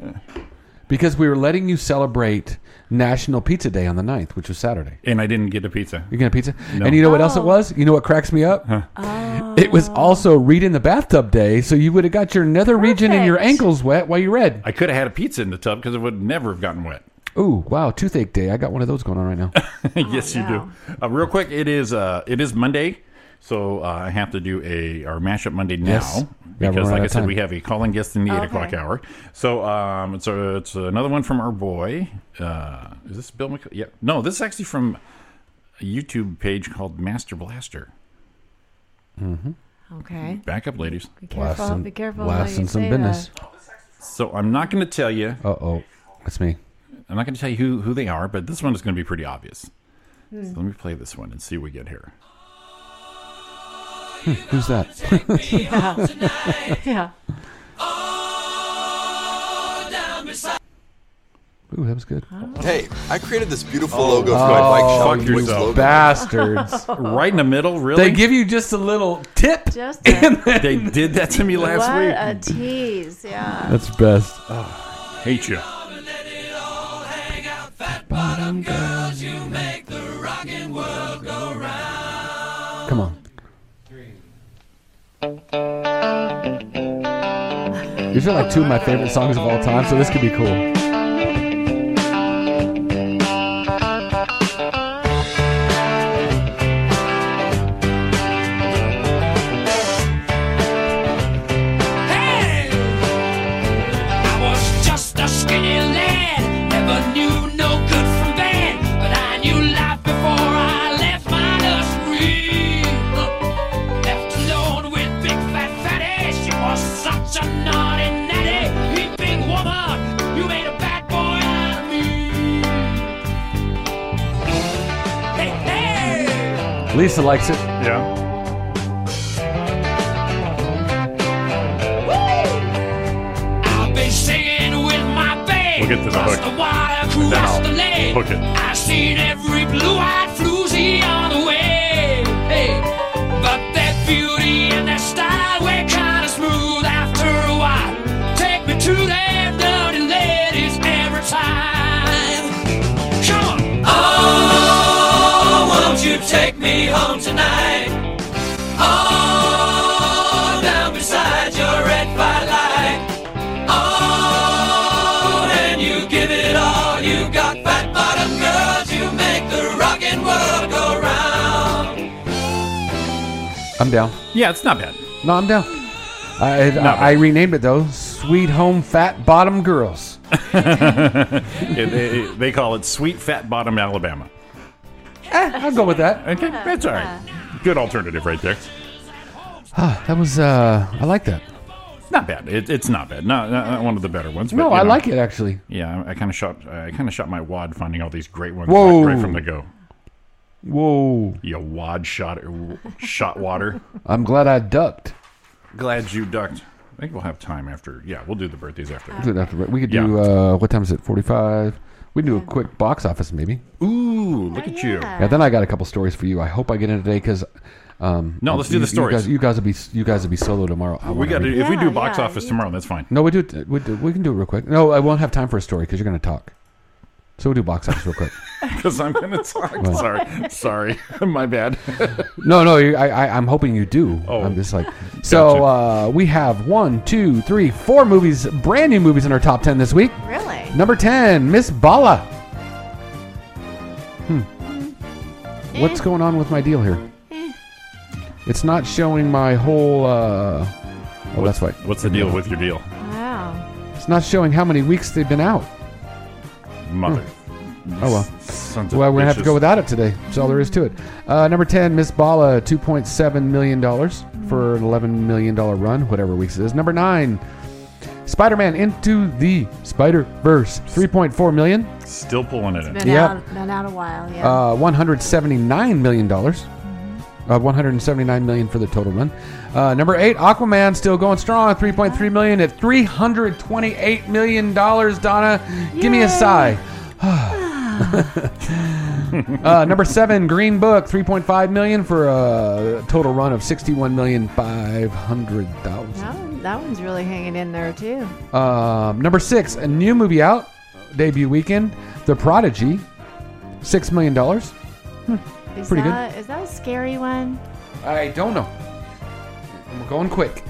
Because we were letting you celebrate National Pizza Day on the 9th, which was Saturday. And I didn't get a pizza. You gonna pizza? And you know what else it Oh. was? You know what cracks me up? It was also read in the bathtub day, so you would have got your nether region and your Perfect. ankles wet while you read. I could have had a pizza in the tub because it would never have gotten wet. Ooh, wow, toothache day. I got one of those going on right now. *laughs* yes, you no. do. Uh, real quick, it is uh, it is Monday, so uh, I have to do a our mashup Monday now Yes. Yeah, we're because, running like out I of said, time. we have a calling guest in the Oh. eight Okay. o'clock hour. So um, it's a, it's another one from our boy. Uh, is this Bill McC Yeah, no, this is actually from a YouTube page called Master Blaster. *laughs* *laughs* Okay. *laughs* Back up, ladies. Be careful. Lasting- be careful. how lasting you some say business. That. So I'm not going to tell you. Uh oh, that's me. I'm not going to tell you who who they are, but this one is going to be pretty obvious. So let me play this one and see what we get here. Who's that? Yeah. Ooh, that was good. Hey, I created this beautiful logo for my bike Oh, shop. fuck It was yourself. logo. *laughs* Bastards! Right in the middle, really? they give you just a little tip. *laughs* Just a, they did that to me last what week. a tease. Yeah. That's best. Uh, hate you. Come on. These are like two of my favorite songs of all time, so this could be cool. Hey! I was just a skinny lad, never knew no good from bad, but I knew life before I left my nursery. Left alone with big fat fatty, she was such a naughty natty. Heaping woman, you made a bad boy out of me. Hey, hey! Lisa likes it. Yeah. I've been singing with my babe. We'll get to the Cross hook. the water, And then cross I'll the lake. hook it. I've seen every blue-eyed floozy on the way. Hey, but their beauty and their style were kind of smooth after a while. Take me to their dirty ladies every time. Come on. Oh, won't you take me home tonight? Oh, down beside your red firelight. Oh, and you give it all you got, fat bottom girls. You make the rockin' world go round. I'm down. Yeah, it's not bad. No, I'm down. I, Not I, I renamed it though. Sweet Home Fat Bottom Girls. It- it- they call it Sweet Fat Bottom Alabama. Eh, I'll go with that. Okay, that's all right. Good alternative right there. Ah, that was. Uh, I like that. Not bad. It, it's not bad. Not, not not one of the better ones. But, No, you I know, like it actually. Yeah, I kind of shot. I kind of shot my wad finding all these great ones Whoa. right from the go. Whoa! You wad shot er, shot *laughs* water. I'm glad I ducked. Glad you ducked. I think we'll have time after. Yeah, we'll do the birthdays after. Do it after- We could do. Uh, what time is it? Forty-five. We can do a quick box office maybe. Ooh, look at you. Yeah, then I got a couple stories for you. I hope I get in today because. Um, No, let's do you- the You stories. Uh, guys, you guys will be you guys will be solo tomorrow. I We wanna got to. read it. If we do Yeah, box yeah, office you- tomorrow, that's fine. *laughs* No, we do it. We, do, we can do it real quick. No, I won't have time for a story because you're going to talk. So we'll do box office real *laughs* quick. Because I'm *laughs* gonna talk. Sorry, sorry, *laughs* my bad. no, no, you- I, I, I'm hoping you do. Oh. I'm just *laughs* like so. Uh, we have one, two, three, four movies, brand new movies in our top ten this week. Really? Number ten, Miss Bala. Hmm. What's going on with my deal here? It's not showing my whole. Uh, oh, that's why. What's the deal with your deal, Wow. It's not showing how many weeks they've been out. mother? Oh well. Sons of Well, we're gonna have to bitches. go without it today. That's all there is to it. Uh, number ten, Miss Bala, two point seven million dollars for an eleven million dollar run, whatever weeks it is. Number nine, Spider-Man Into the Spider-Verse, three point four million, Still pulling it in. Been Yep. out, been out a while. Yeah. uh, one hundred seventy-nine million dollars, uh, one hundred seventy-nine million for the total run. Uh, number eight, Aquaman, still going strong, three point three million at three hundred twenty-eight million dollars. Donna, give me a Yay. sigh. *sighs* Uh, number seven, Green Book, three point five million for a total run of sixty-one million five hundred thousand. that, one, that one's really hanging in there too. Um, number six, a new movie out, debut weekend, The Prodigy, six million dollars. Is Pretty good. that is that a scary *laughs* one? I don't know. I'm going quick.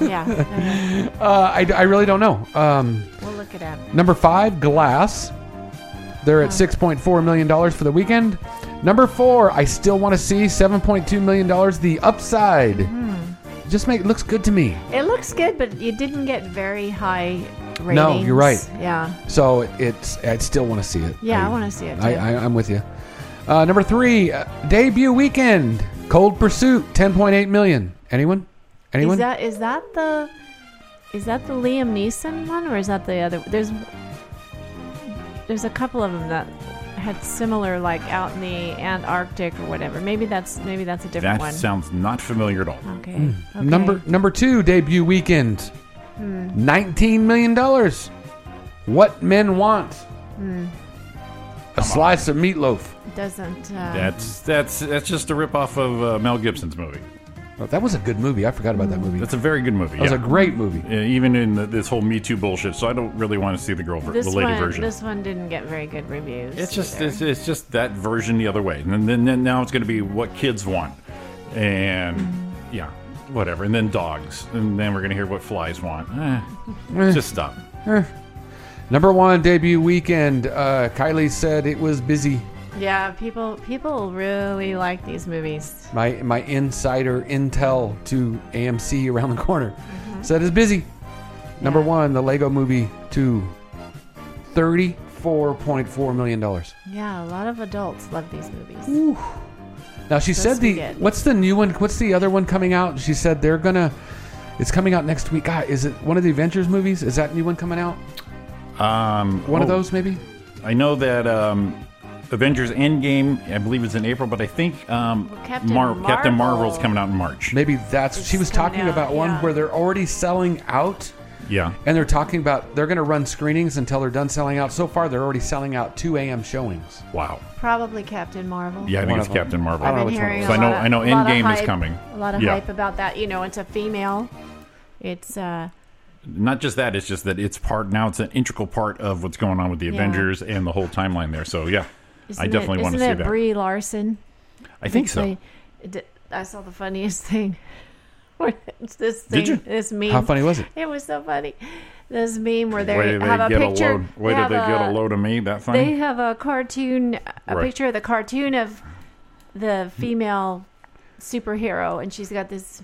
Yeah. okay. Uh, I, I really don't know. Um, We'll look it up. number five, Glass. They're at six point four million dollars for the weekend. Number four, I still want to see seven point two million dollars. The Upside. Hmm. Just make looks good to me. It looks good, but you didn't get very high ratings. No, you're right. Yeah. So it's I still want to see it. Yeah, I wanna see it, I, too. I, I'm with you. Uh, number three, uh, debut weekend, Cold Pursuit, ten point eight million. Anyone? Anyone? Is that is that the is that the Liam Neeson one or is that the other? There's there's a couple of them that had similar like out in the Antarctic or whatever. Maybe that's maybe that's a different That one. sounds not familiar at all. okay. okay. Hmm. Number number two, debut weekend, nineteen million dollars. What men want? A slice of meatloaf. doesn't. Uh, That's that's that's just a ripoff of uh, Mel Gibson's movie. Oh, that was a good movie. I forgot about that movie. That That's a very good movie. was yeah. a great movie. Uh, even in the, this whole Me Too bullshit. So I don't really want to see the girl, ver- this the lady one, version. This one didn't get very good reviews. It's just either. it's, it's just that version the other way, and then then, then now it's going to be what kids want, and Mm-hmm. yeah, whatever, and then dogs, and then we're going to hear what flies want. Eh, just stop. Number one, debut weekend. Uh, Kylie said it was busy. yeah. People people really like these movies. My my insider intel to AMC around the corner said it's busy. Number one, the Lego Movie two. Thirty-four point four million dollars. Yeah, a lot of adults love these movies. Now she said the weekend. what's the new one? What's the other one coming out? She said they're gonna. It's coming out next week. God, is it one of the Avengers movies? Is that new one coming out? Um, One of oh, those maybe. I know that um, Avengers Endgame. I believe it's in April, but I think um, Well, Captain Captain Marvel's Marvel. coming out in March. Maybe that's It's she was coming talking out, about one yeah. where they're already selling out, Yeah, and they're talking about they're gonna run screenings until they're done selling out. So far, they're already selling out two a.m. showings. wow. Probably Captain Marvel. Yeah, I One think it's of them. Captain Marvel. I I've don't been know which one it hearing was. a So I know- lot of- I a know lot of Endgame is hype- coming. A lot of Yeah. hype about that. You know, it's a female. It's uh, not just that it's just that it's part now it's an integral part of what's going on with the Yeah. avengers and the whole timeline there so yeah isn't i definitely it, want to see isn't it that Brie Larson. i think so They- d- I saw the funniest *laughs* thing. it's this thing, Did you? this meme. How funny was it? It was so funny. This meme where they way did they have a get a picture. load way they did they have get a load of me that They thing have a cartoon, a Right. picture of the cartoon of the female superhero, and she's got this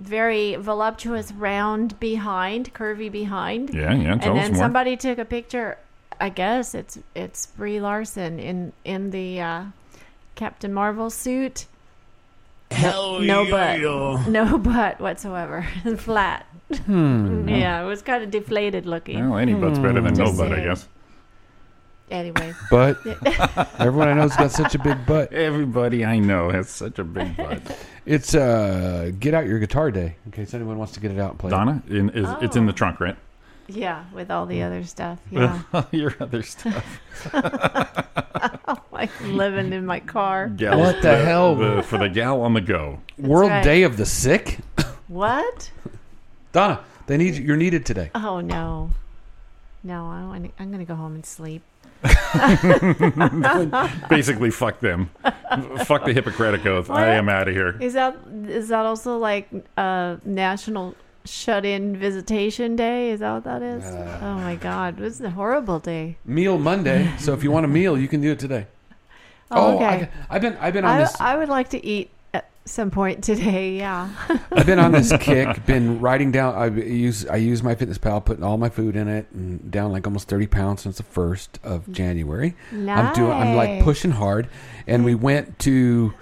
very voluptuous round behind, curvy behind. yeah yeah tell and us then more somebody took a picture. I guess it's it's Brie Larson in in the uh, Captain Marvel suit. Hell No yeah. butt, no butt whatsoever, *laughs* flat. yeah, it was kind of deflated looking. Hmm. well any butt's better than no Just butt i saying. guess Anyway, *laughs* But everyone I know's got such a big butt. everybody i know has such a big butt *laughs* It's uh, get out your guitar day in case anyone wants to get it out and play. it. donna in, is, it's Oh. in the trunk right *laughs* yeah, with all the other stuff, yeah, your other stuff like living in my car. Gals- What the hell? the- for the gal on the go World right. Day of the Sick. What? Donna, they need you. you're needed today. Oh no, no, I want I'm gonna go home and sleep. basically fuck them *laughs* fuck the hippocratic oath What? i am out of here Is that is that also like uh, National Shut In Visitation Day? Is that what that is? oh my God, this is a horrible day. Meal Monday. So if you want a meal, you can do it today. Oh, okay. I, have been I've been on I, this. I would like to eat at, some point today. Yeah. *laughs* I've been on this kick. Been writing down. I use I use my Fitness Pal, putting all my food in it, and down like almost thirty pounds since the first of January. I'm doing. I'm like Nice. pushing hard, and we went to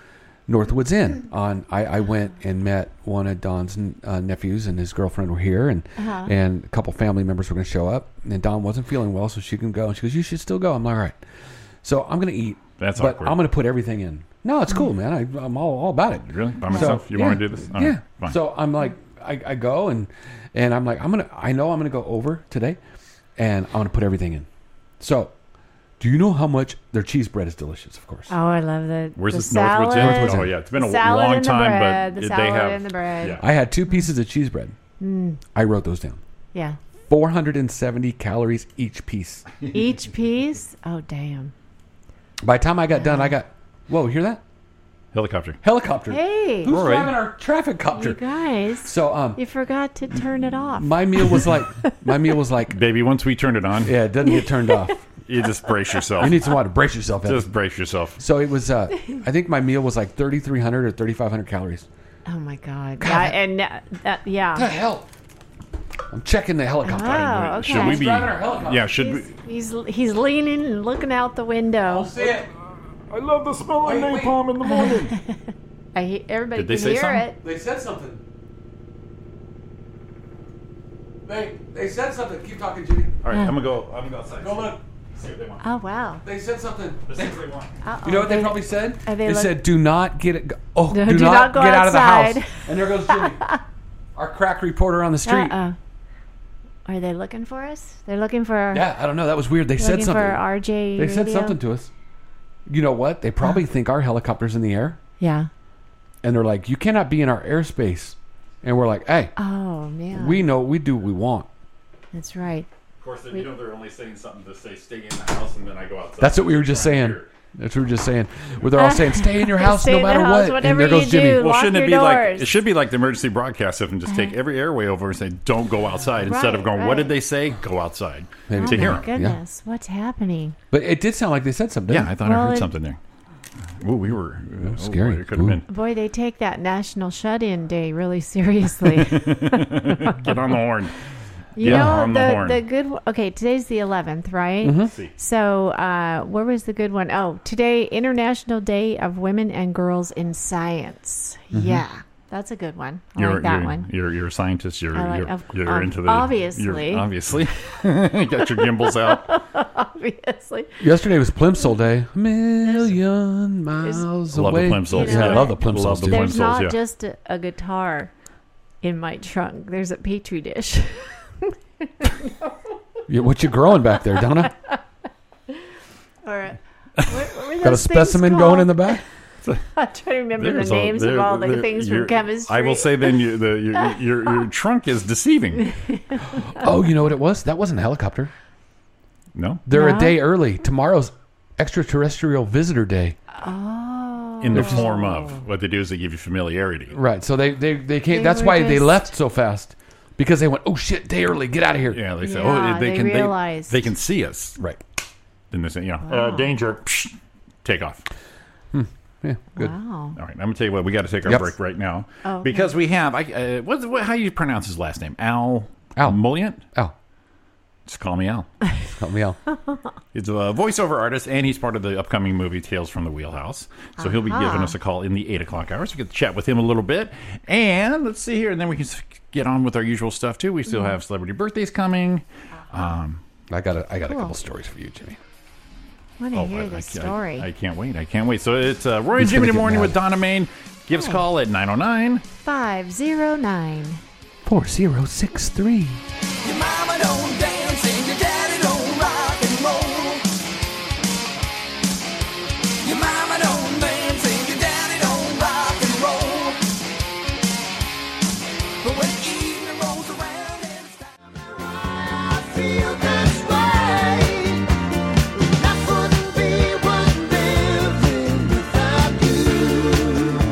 Northwoods Inn. On I, I went and met one of Don's uh, nephews and his girlfriend were here, and and a couple family members were going to show up. And Don wasn't feeling well, so she can go. And she goes, "You should still go." I'm like, "All right." So I'm going to eat. That's but awkward. I'm going to put everything in. No, it's cool, man. I, I'm all, all about it. Really? By myself? you want me to do this? All right, yeah. fine. So I'm like, I, I go and and I'm like, I'm gonna, I know I'm gonna go over today, and I'm gonna put everything in. So, do you know how much their cheese bread is delicious? Of course. Oh, I love the. Where's the this Northwoods salad- Inn? Oh, yeah, it's been a salad long and the time, bread, but the they salad have- and the bread. yeah. I had two pieces of cheese bread. mm. I wrote those down. Yeah. 470 calories each piece. Each piece. Oh, damn. By the time I got done, I got, whoa, hear that? Helicopter. Helicopter. Hey, Who's Rory. driving our traffic you copter? guys, So, um, you forgot to turn it off. my meal was like, my meal was like, Baby, once we turn it on, yeah, it doesn't get turned off. you just brace yourself. You need some water. Brace yourself. Evan. just brace yourself. So it was. Uh, I think my meal was like thirty three hundred or thirty five hundred calories. Oh my god. Yeah, and uh, that, yeah. hell! I'm checking the helicopter. Oh, okay. Should we be? Driving our helicopter. Yeah, should we? He's, he's he's leaning and looking out the window. it. I love the smell of Wait, wait. napalm in the morning. I he- everybody Did they can say hear something? They said something. They they said something. Keep talking, Jimmy. All right, I'm gonna go. I'm gonna go outside. Go look. See what they want. it. Oh wow. They said something. See what they want. Uh-oh. You know what they probably said? Are they they look- said, "Do not get it. Oh, No, do, do not, not go get out of the outside. house." And there *laughs* goes Jimmy, our crack reporter on the street. Uh-oh. Are they looking for us? They're looking for Yeah, I don't know. That was weird. They said looking something. for RJ. They said radio. something to us. You know what? They probably think our helicopter's in the air, Yeah. and they're like, "You cannot be in our airspace." And we're like, "Hey, Oh man. we know we do what we want. That's right. Of course, they, you know they're only saying something to say stay in the house, and then I go outside. That's what we were just saying. That's what we were just saying. Where they're *laughs* all saying, "Stay in your house, Stay no in the matter house, what." And whatever there goes you Jimmy. do. Well, Lock shouldn't your it be like doors. Uh-huh. it should be like the emergency broadcast system? Just take every airway over and say, "Don't go outside." Instead of Right, going, "What did right. they say?" Go outside Maybe. to Oh hear my 'em. goodness, what's happening? But it did sound like they said something. Yeah, I thought Well, I heard it- something there. Ooh, we were uh, scary. Oh, boy, it could have Ooh. been. Boy, they take that National Shut-In Day really seriously. *laughs* Get on the horn. You Yeah, know on the the horn. Mm-hmm. the good one- okay. Today's the eleventh, right? See. So uh, where was the good one? Oh, today International Day of Women and Girls in Science. Yeah, that's a good one. I like that Mm-hmm. you're, one. You're, you're a scientist. You're, I like- you're, of- you're um, into the obviously. You're, obviously, *laughs* got your gimbals out. *laughs* Obviously, Yesterday was Mm-hmm. Plimsoll Day. *laughs* A million miles Love the away. plimsolls. You know, Yeah, I love the Plimsolls. Love the dude. there's Plimsolls, not yeah. just a, a guitar in my trunk. There's a petri dish. *laughs* Yeah, what you growing back *laughs* there, Donna? or a- what, what *laughs* were Got a those things specimen going *laughs* in the called? back? I'm trying to remember There's the a- names there- of all the there- things from you're- chemistry. I will say then you, the, your, your, your trunk *laughs* is deceiving. Oh, you know what it was? That wasn't a helicopter. No? They're No. a day early. Tomorrow's extraterrestrial visitor day. In the form of. What they do is they give you familiarity. Right. So they they they can't. They that's were why they just- left so fast because they went. Oh shit! Day early. Get out of here. Yeah, they say, Yeah, oh, they, they can they, realized. they can see us. Right. Then they say, you know, uh, danger, Psh, take off. Yeah. Good. Wow. All right, I'm gonna tell you what. We got to take our Yep. break right now Oh, okay. because we have. I, uh, what, what, how do you pronounce his last name? Al. Al. Mulliant. Ow. Just call me Al. Oh, Help me out. He's a voiceover artist, and he's part of the upcoming movie Tales from the Wheelhouse. So he'll Ah. be giving us a call in the eight o'clock hours. We get to chat with him a little bit, and let's see here, and then we can s- get on with our usual stuff too. We Mm-hmm. still have celebrity birthdays coming. I got a, I got a couple stories for you, Jimmy. want to hear I- this I, story. I, I can't wait. I can't wait. So it's uh, Roy and He's gonna Jimmy in the get morning mad. with Donna Main. Give us a call at 909. 509. Four zero six three. Your mama don't dance and your daddy don't rock and roll. Your mama don't dance and your daddy don't rock and roll. But when evening rolls around and it's time to I feel this way. I wouldn't be one living without you.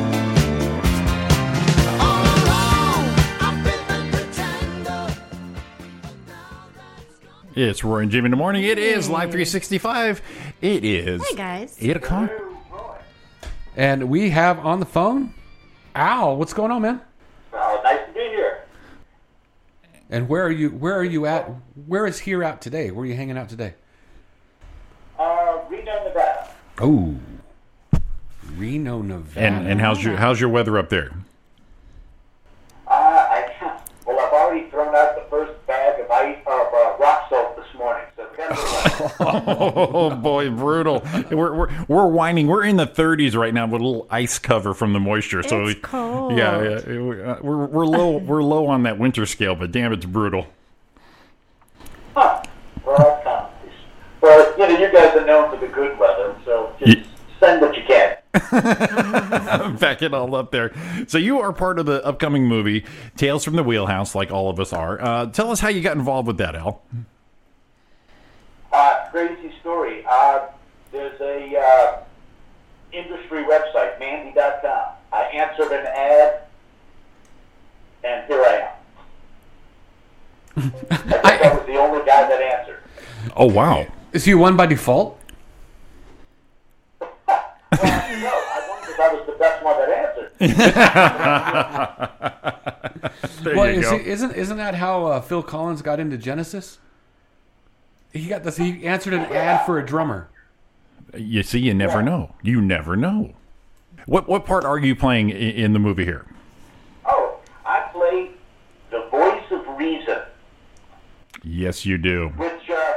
All along, I've been the pretender. It's Roy and Jimmy in the morning. It is Live 365. It is Hey, guys. 8 o'clock. And we have on the phone Al, what's going on, man? Uh, nice to be here. And where are you? Where are you at? Where is here out today? Where are you hanging out today? Uh, Reno, Nebraska. Oh, Reno, Nevada. And and how's your how's your weather up there? Uh, I, well, I've already thrown out the first bag of ice of uh, rock salt this morning, so we got to *laughs* Oh boy, brutal. We're, we're we're whining. We're in the 30s right now with a little ice cover from the moisture. So It's we- cold. Yeah, yeah it- we- uh, we're we're low we're low on that winter scale, but damn, it's brutal. Huh. Well, that's kind of nice. Well, you know, you guys are known for the good weather, so just Ye- send what you can. *laughs* Back it all up there. So you are part of the upcoming movie Tales from the Wheelhouse, like all of us are. Uh, tell us how you got involved with that, Al. Uh, crazy story. Uh, there's a uh, industry website, Mandy.com. I answered an ad, and here I *laughs* am. I think I was the only guy that answered. Oh wow. Is you one by default? Well, no, I wondered if I was the best one that *laughs* answered. There well, you is go. he- isn't isn't that how uh, Phil Collins got into Genesis? He got this. He answered an ad for a drummer. you see, you never know. You never know. What what part are you playing i- in the movie here? Oh, I play the voice of reason, Yes, you do. which, uh,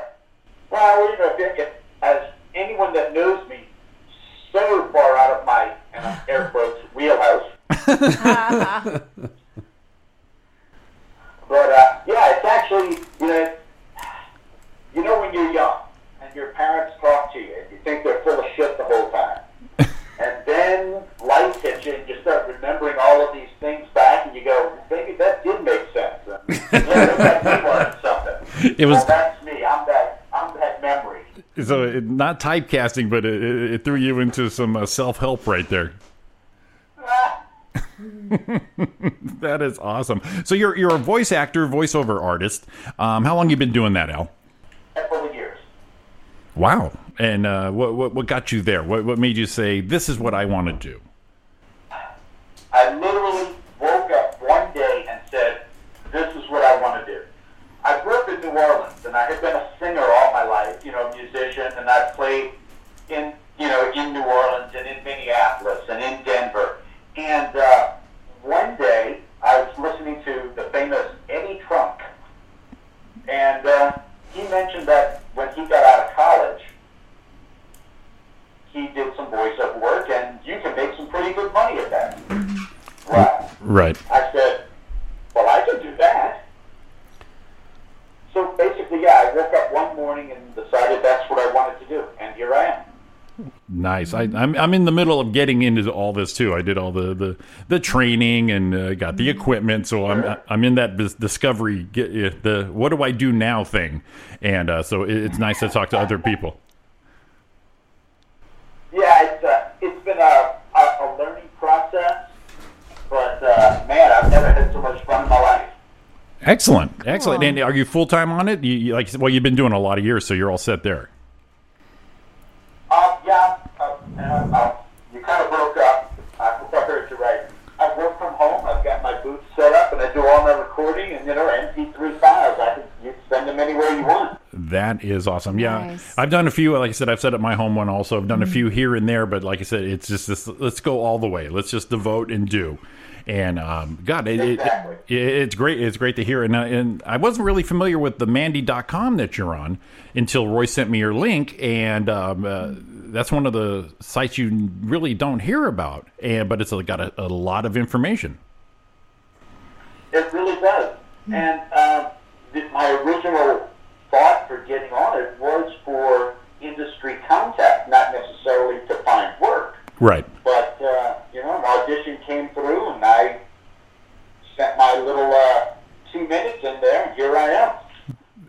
well, you know, if, if, as anyone that knows me, so far out of my, and I'm air quotes, *laughs* wheelhouse. But uh, yeah, it's actually you know, you know when you're young and your parents talk to you and you think they're full of shit the *laughs* whole time, and then life hits you and you start remembering all of these things back and you go, maybe that did make sense. And, *laughs* yeah, maybe that did learn something. It was- Well, that's me. I'm that. I'm that memory. So it, not typecasting, but it, it, it threw you into some uh, self help right *laughs* there. *laughs* that is awesome. So you're you're a voice actor, voiceover artist. Um, how long you been doing that, Al? A couple of years. Wow. And uh, what, what what got you there? What what made you say this is what I want to do? I literally woke up one day and said, "This is what I want to do." I grew up in New Orleans, and I had been a singer all my life, you know, a musician, and I played in, you know, in New Orleans and in Minneapolis and in Denver. And uh, one day, I was listening to the famous Eddie Trunk, and uh, he mentioned that when he got out of college, he did some voiceover work, and you can make some pretty good money at that. Wow. Right. I said, well, I can do that. So basically, yeah, I woke up one morning and decided that's what I wanted to do, and here I am. Nice. I, I'm I'm in the middle of getting into all this too. I did all the the, the training and uh, got the equipment, so I'm I'm in that dis- discovery get, uh, the what do I do now thing, and uh, so it, it's nice to talk to other people. Yeah, it's, uh, it's been a, a, a learning process, but uh, man, I've never had so much fun in my life. Excellent, excellent. And are you full time on it? You, you, like well, you've been doing a lot of years, so you're all set there. Um, yeah, uh, uh, uh, you kind of broke up. I hope I heard you right. I work from home. I've got my booth set up, and I do all my recording, and you know, MP3 files. I can you can send them anywhere you want. That is awesome. Yeah, Nice. I've done a few. Like I said, I've set up my home one also. I've done a few here and there, but like I said, it's just this. Let's go all the way. Let's just devote and do. And um, God, it, it- Exactly. it, it's great. It's great to hear. And, uh, and I wasn't really familiar with the Mandy.com that you're on until Roy sent me your link, and um, uh, that's one of the sites you really don't hear about. And but it's uh, got a, a lot of information. It really does. And um, th- my original thought for getting on it was for industry contact, not necessarily to find work. Right. But uh, you know, an audition came through, and I sent my little uh, two minutes in there, and here I am.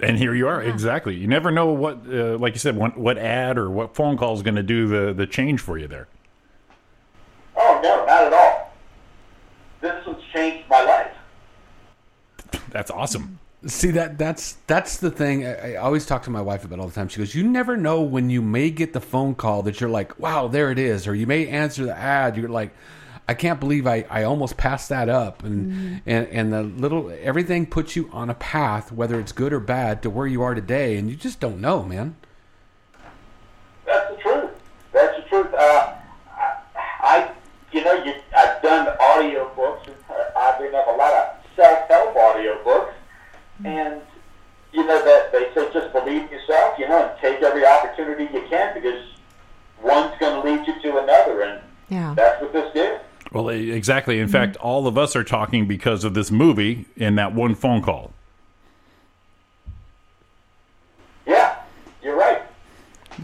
And here you are, exactly. You never know what, uh, like you said, what, what ad or what phone call is going to do the, the change for you there. Oh no, not at all. This has changed my life. That's awesome. See that that's that's the thing I, I always talk to my wife about all the time. She goes, "You never know when you may get the phone call that you're like, wow, there it is," or you may answer the ad. You're like, I can't believe I, I almost passed that up. And, and and the little everything puts you on a path, whether it's good or bad, to where you are today, and you just don't know, man. That's the truth. That's the truth. Uh, I, I, you know, you, I've done audio books. And I've been up a lot of self-help audio books, and you know that they say just believe in yourself, you know, and take every opportunity you can because one's going to lead you to another, and Yeah. that's what this did. Well, e- exactly. In fact, all of us are talking because of this movie and that one phone call. Yeah, you're right.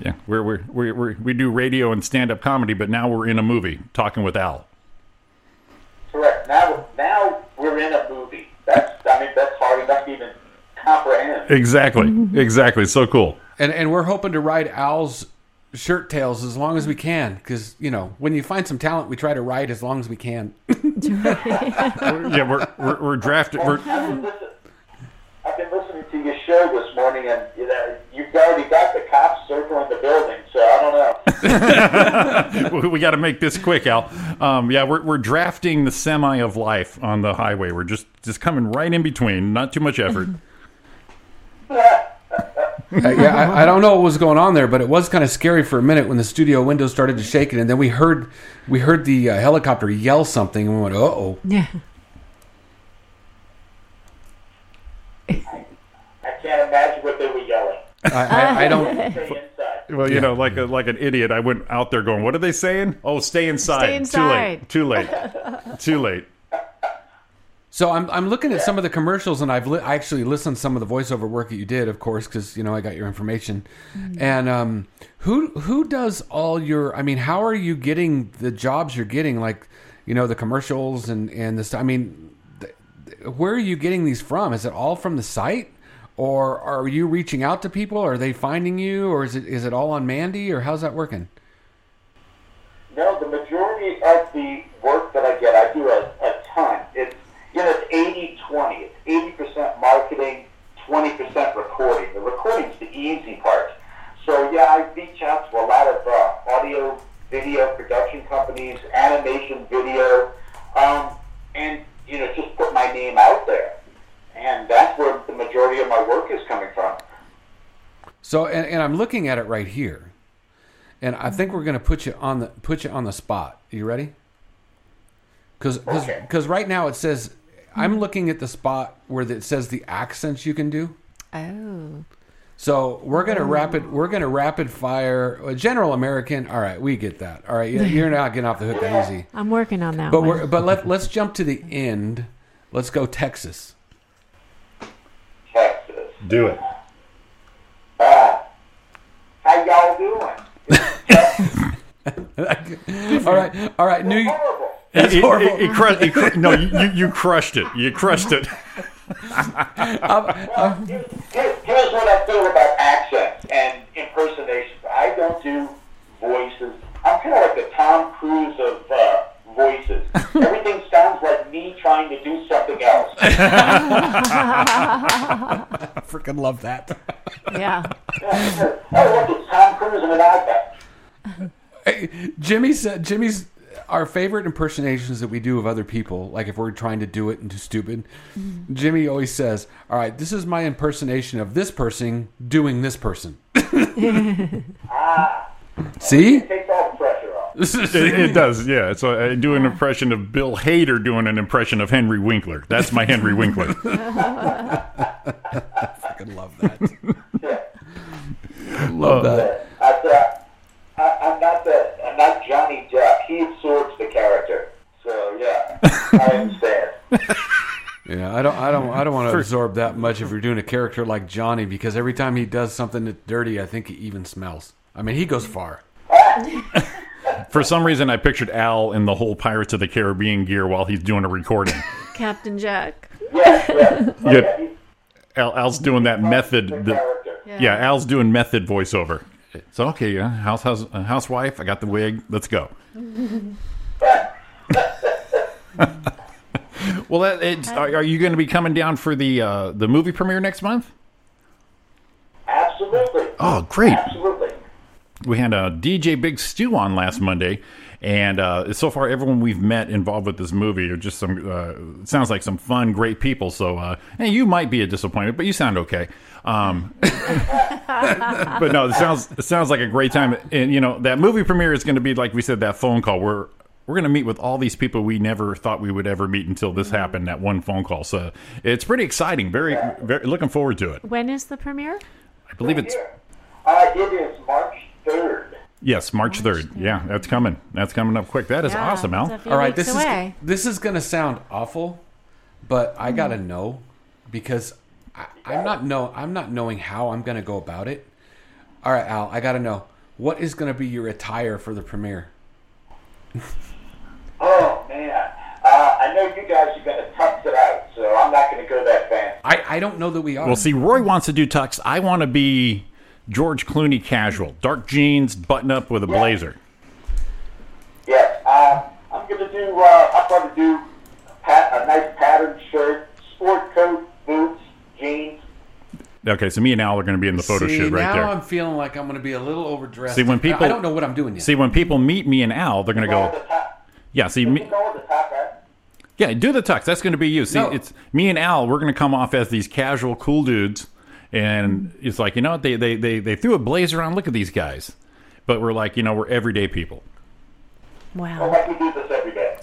Yeah, we're, we're, we're, we're, we do radio and stand up comedy, but now we're in a movie talking with Al. Correct. Now, now we're in a movie. That's, I mean, that's hard enough to even comprehend. Exactly. Exactly. So cool. And and we're hoping to ride Al's shirt tails as long as we can, because you know when you find some talent, we try to ride as long as we can. Yeah, we're, we're, we're drafted. We're, I've been listen- I've been listening to your show this morning, and you know, you've already got the cops circling the building, so I don't know. we got to make this quick, Al. Um, yeah, we're, we're drafting the semi of life on the highway. We're just, just coming right in between. Not too much effort. Uh, yeah, I, I don't know what was going on there, but it was kind of scary for a minute when the studio window started to shake, and then we heard we heard the uh, helicopter yell something, and we went, "Uh oh." Yeah. I can't imagine what they were yelling. I, I, I don't. *laughs* Stay inside. Well, you know, like a, like an idiot, I went out there going, "What are they saying? Oh, stay inside. Stay inside. Too late. Too *laughs* late. Too late." So I'm I'm looking at some of the commercials, and I've li- I actually listened to some of the voiceover work that you did, of course, because you know I got your information. And um, who who does all your? I mean, how are you getting the jobs you're getting? Like, you know, the commercials and and this. I mean, th- th- where are you getting these from? Is it all from the site, or are you reaching out to people? Are they finding you, or is it is it all on Mandy, or how's that working? No, the majority of the work that I get, I do a, a ton. It's you know, it's 80 20. It's eighty percent marketing, twenty percent recording. The recording's the easy part. So yeah, I reach out to a lot of uh, audio, video production companies, animation, video, um, and you know, just put my name out there, and that's where the majority of my work is coming from. So, and, and I'm looking at it right here, and I think we're going to put you on the put you on the spot. Are you ready? Because Okay. because right now it says I'm looking at the spot where it says the accents you can do. Oh. So we're gonna rapid we're gonna rapid fire a general American. All right, we get that. All right, you- you're not getting off the hook that easy. I'm working on that But one. *laughs* we're but let let's jump to the end. Let's go Texas. Texas. Do it. Ah, how y'all doing? all right, all right, New Horrible. That's horrible. no, you, you- you crushed it. You crushed *laughs* it. Here- Here's what I feel about accents and impersonations. I don't do voices. I'm kind of like the Tom Cruise of uh, *laughs* voices. Everything sounds like me trying to do *laughs* something else. I freaking love that. *laughs* yeah. oh, look, it's Tom Cruise in an iPad. Jimmy said Jimmy's our favorite impersonations that we do of other people, like if we're trying to do it and do stupid. Jimmy always says, "All right, this is my impersonation of this person doing this person." *laughs* See? It takes all the pressure off. *laughs* *laughs* it. It does, yeah. So I do an impression of Bill Hader doing an impression of Henry Winkler. That's my Henry Winkler. I love that. Yeah. love that. I, uh, I, I'm not the, I'm not Johnny Depp. He absorbs the character. So yeah, *laughs* I understand. Yeah, I don't I don't I don't want to absorb that much if you're doing a character like Johnny because every time he does something that's dirty, I think he even smells. I mean, he goes far. For some reason, I pictured Al in the whole Pirates of the Caribbean gear while he's doing a recording. Captain Jack. Yeah, yeah. Yeah. He's Al, Al's doing that method. the the- character. yeah, Al's doing method voiceover. So okay, yeah, house, house uh, housewife. I got the wig. Let's go. *laughs* well, that, it's, are, are you going to be coming down for the uh, the movie premiere next month? Absolutely. Oh, great! Absolutely. we had uh, DJ Big Stew on last Monday, and uh, so far everyone we've met involved with this movie are just some. Uh, it sounds like some fun, great people. So, uh, hey, you might be a disappointment, but you sound okay. Um, *laughs* but no, it sounds it sounds like a great time. And you know that movie premiere is going to be like we said that phone call. We're we're going to meet with all these people we never thought we would ever meet until this happened. That one phone call. So it's pretty exciting. Very, very looking forward to it. When is the premiere? I believe it's Uh, it is March 3rd. yes, March third. Yeah, that's coming. That's coming up quick. That is Yeah, awesome, it's a Al. few All right, weeks this away. is this is gonna sound awful, but I gotta know because I, I'm not know I'm not knowing how I'm gonna go about it. All right, Al, I gotta know what is gonna be your attire for the premiere. Oh, man. Uh, I know you guys are going to tux it out, so I'm not going to go that fast. I I don't know that we are. Well, see, Roy wants to do tux. I want to be George Clooney casual, dark jeans, button up with a blazer. Yes, uh, I'm going to do, uh, I'll probably do a, pat- a nice patterned shirt, sport coat, boots, jeans. Okay, so me and Al are going to be in the photo see, shoot right now there. I'm feeling like I'm gonna be a little overdressed. See, when people I don't know what I'm doing yet. See, when people meet me and Al, they're going to go. Yeah, see me. Yeah, do the tux. That's going to be you. See, No. it's me and Al. We're going to come off as these casual, cool dudes, and it's like you know what they they they they threw a blazer on. Look at these guys, but we're like you know we're everyday people. *laughs* Wow. Like we do this every day.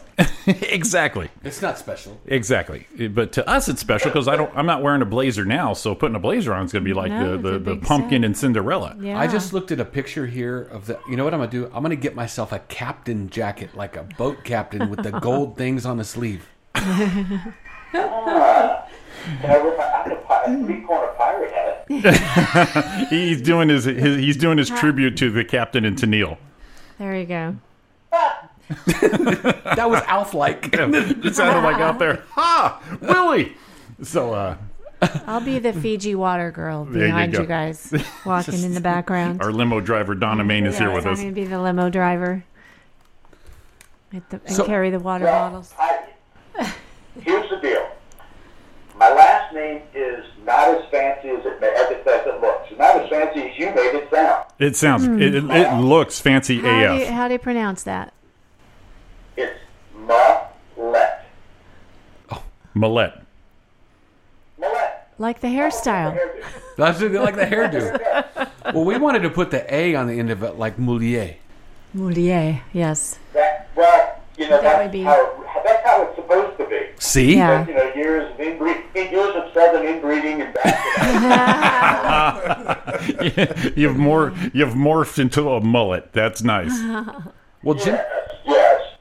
exactly, It's not special. exactly. But to us, it's special because I don't. I'm not wearing a blazer now, so putting a blazer on is going to be like No, the the, it's a the big pumpkin step. and Cinderella. I just looked at a picture here of the. You know what I'm gonna do? I'm gonna get myself a captain jacket, like a boat captain, with the gold things on the sleeve. Ah, can I wear my, I'm a pi- a three-corner pirate hat. *laughs* he's doing his, his he's doing his tribute to the captain and Tennille. *laughs* There you go. That was Alf *laughs* like. it sounded like out there. Ha, Willie. So uh, I'll be *laughs* the Fiji water girl There you behind go. *laughs* you, guys, walking in the background. our limo driver Donna Main is here with I'm us. gonna be the limo driver. At the, and So- carry the water Well, bottles. I- here's the deal. My last name is not as fancy as it, may, as it, as it looks. Not as fancy as you made it sound. It sounds Hmm. it, it, it looks fancy How do, AF. you, how do you pronounce that? It's Millette. *laughs* Millet. Like the hairstyle. That's what they like the hairdo. well, we wanted to put the A on the end of it, like Moulier. Moulier, yes. That, well, you know, That would that's, be- how, that's how it's supposed to be. See? Yeah. But, you know, years of, inbreeding, years of southern inbreeding and you've more you've morphed into a mullet. That's nice. Well, Jim. *laughs* Yes.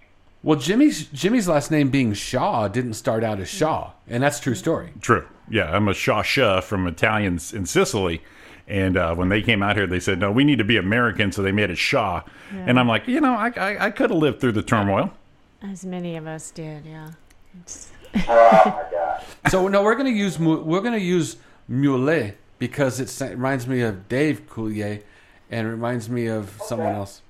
Well, Jimmy's Jimmy's last name being Shaw didn't start out as Shaw, and that's a true story. True. Yeah, I'm a Shasha from Italians in Sicily. And uh, when they came out here, they said, "No, we need to be American," so they made it Shaw. And I'm like, you know, I I, I could have lived through the turmoil. As many of us did, yeah. It's- Oh, So no, we're gonna use Mu- we're gonna use Moulet because it sa- reminds me of Dave Coulier, and reminds me of someone else.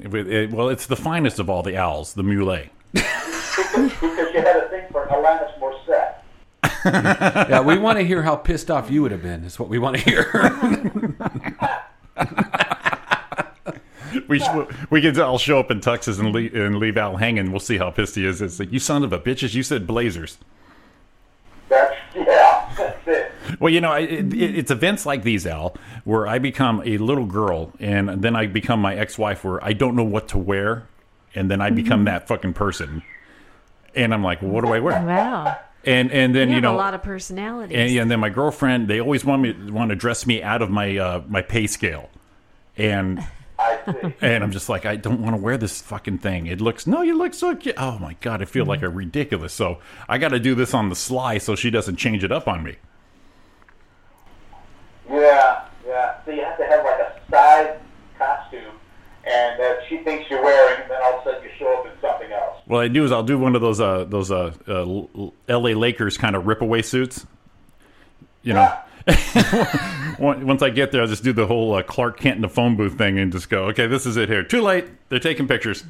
It- it- well, it's the finest of all the owls, the mule. because you had a thing for Alanis Morissette. yeah, we want to hear how pissed off you would have been. Is what we want to hear. *laughs* We sh- we can all show up in tuxes and leave, and leave Al hanging. We'll see how pissed he is. It's like you son of a bitches. You said blazers. That's, yeah, *laughs* that's it. Well, you know, I- it, it, it's events like these, Al, where I become a little girl, and then I become my ex-wife, where I don't know what to wear, and then I Mm-hmm. become that fucking person, and I'm like, well, what do I wear? Wow. And and then you you, have know, a lot of personalities. and, and then my girlfriend, they always want me want to dress me out of my uh, my pay scale, and and I'm just like, I don't want to wear this fucking thing. It looks no, you look so cute. Oh my god, I feel like a Mm-hmm. ridiculous. So I got to do this on the sly so she doesn't change it up on me. Yeah, yeah. So you have to have like a side costume, and uh, she thinks you're wearing, and then all of a sudden you show up in something else. What I do is I'll do one of those uh those uh, uh L- L.A. Lakers kind of ripaway suits. You *laughs* know, Once- once I get there, I'll just do the whole uh, Clark Kent in the phone booth thing and just go, okay, this is it here. Too late. They're taking pictures.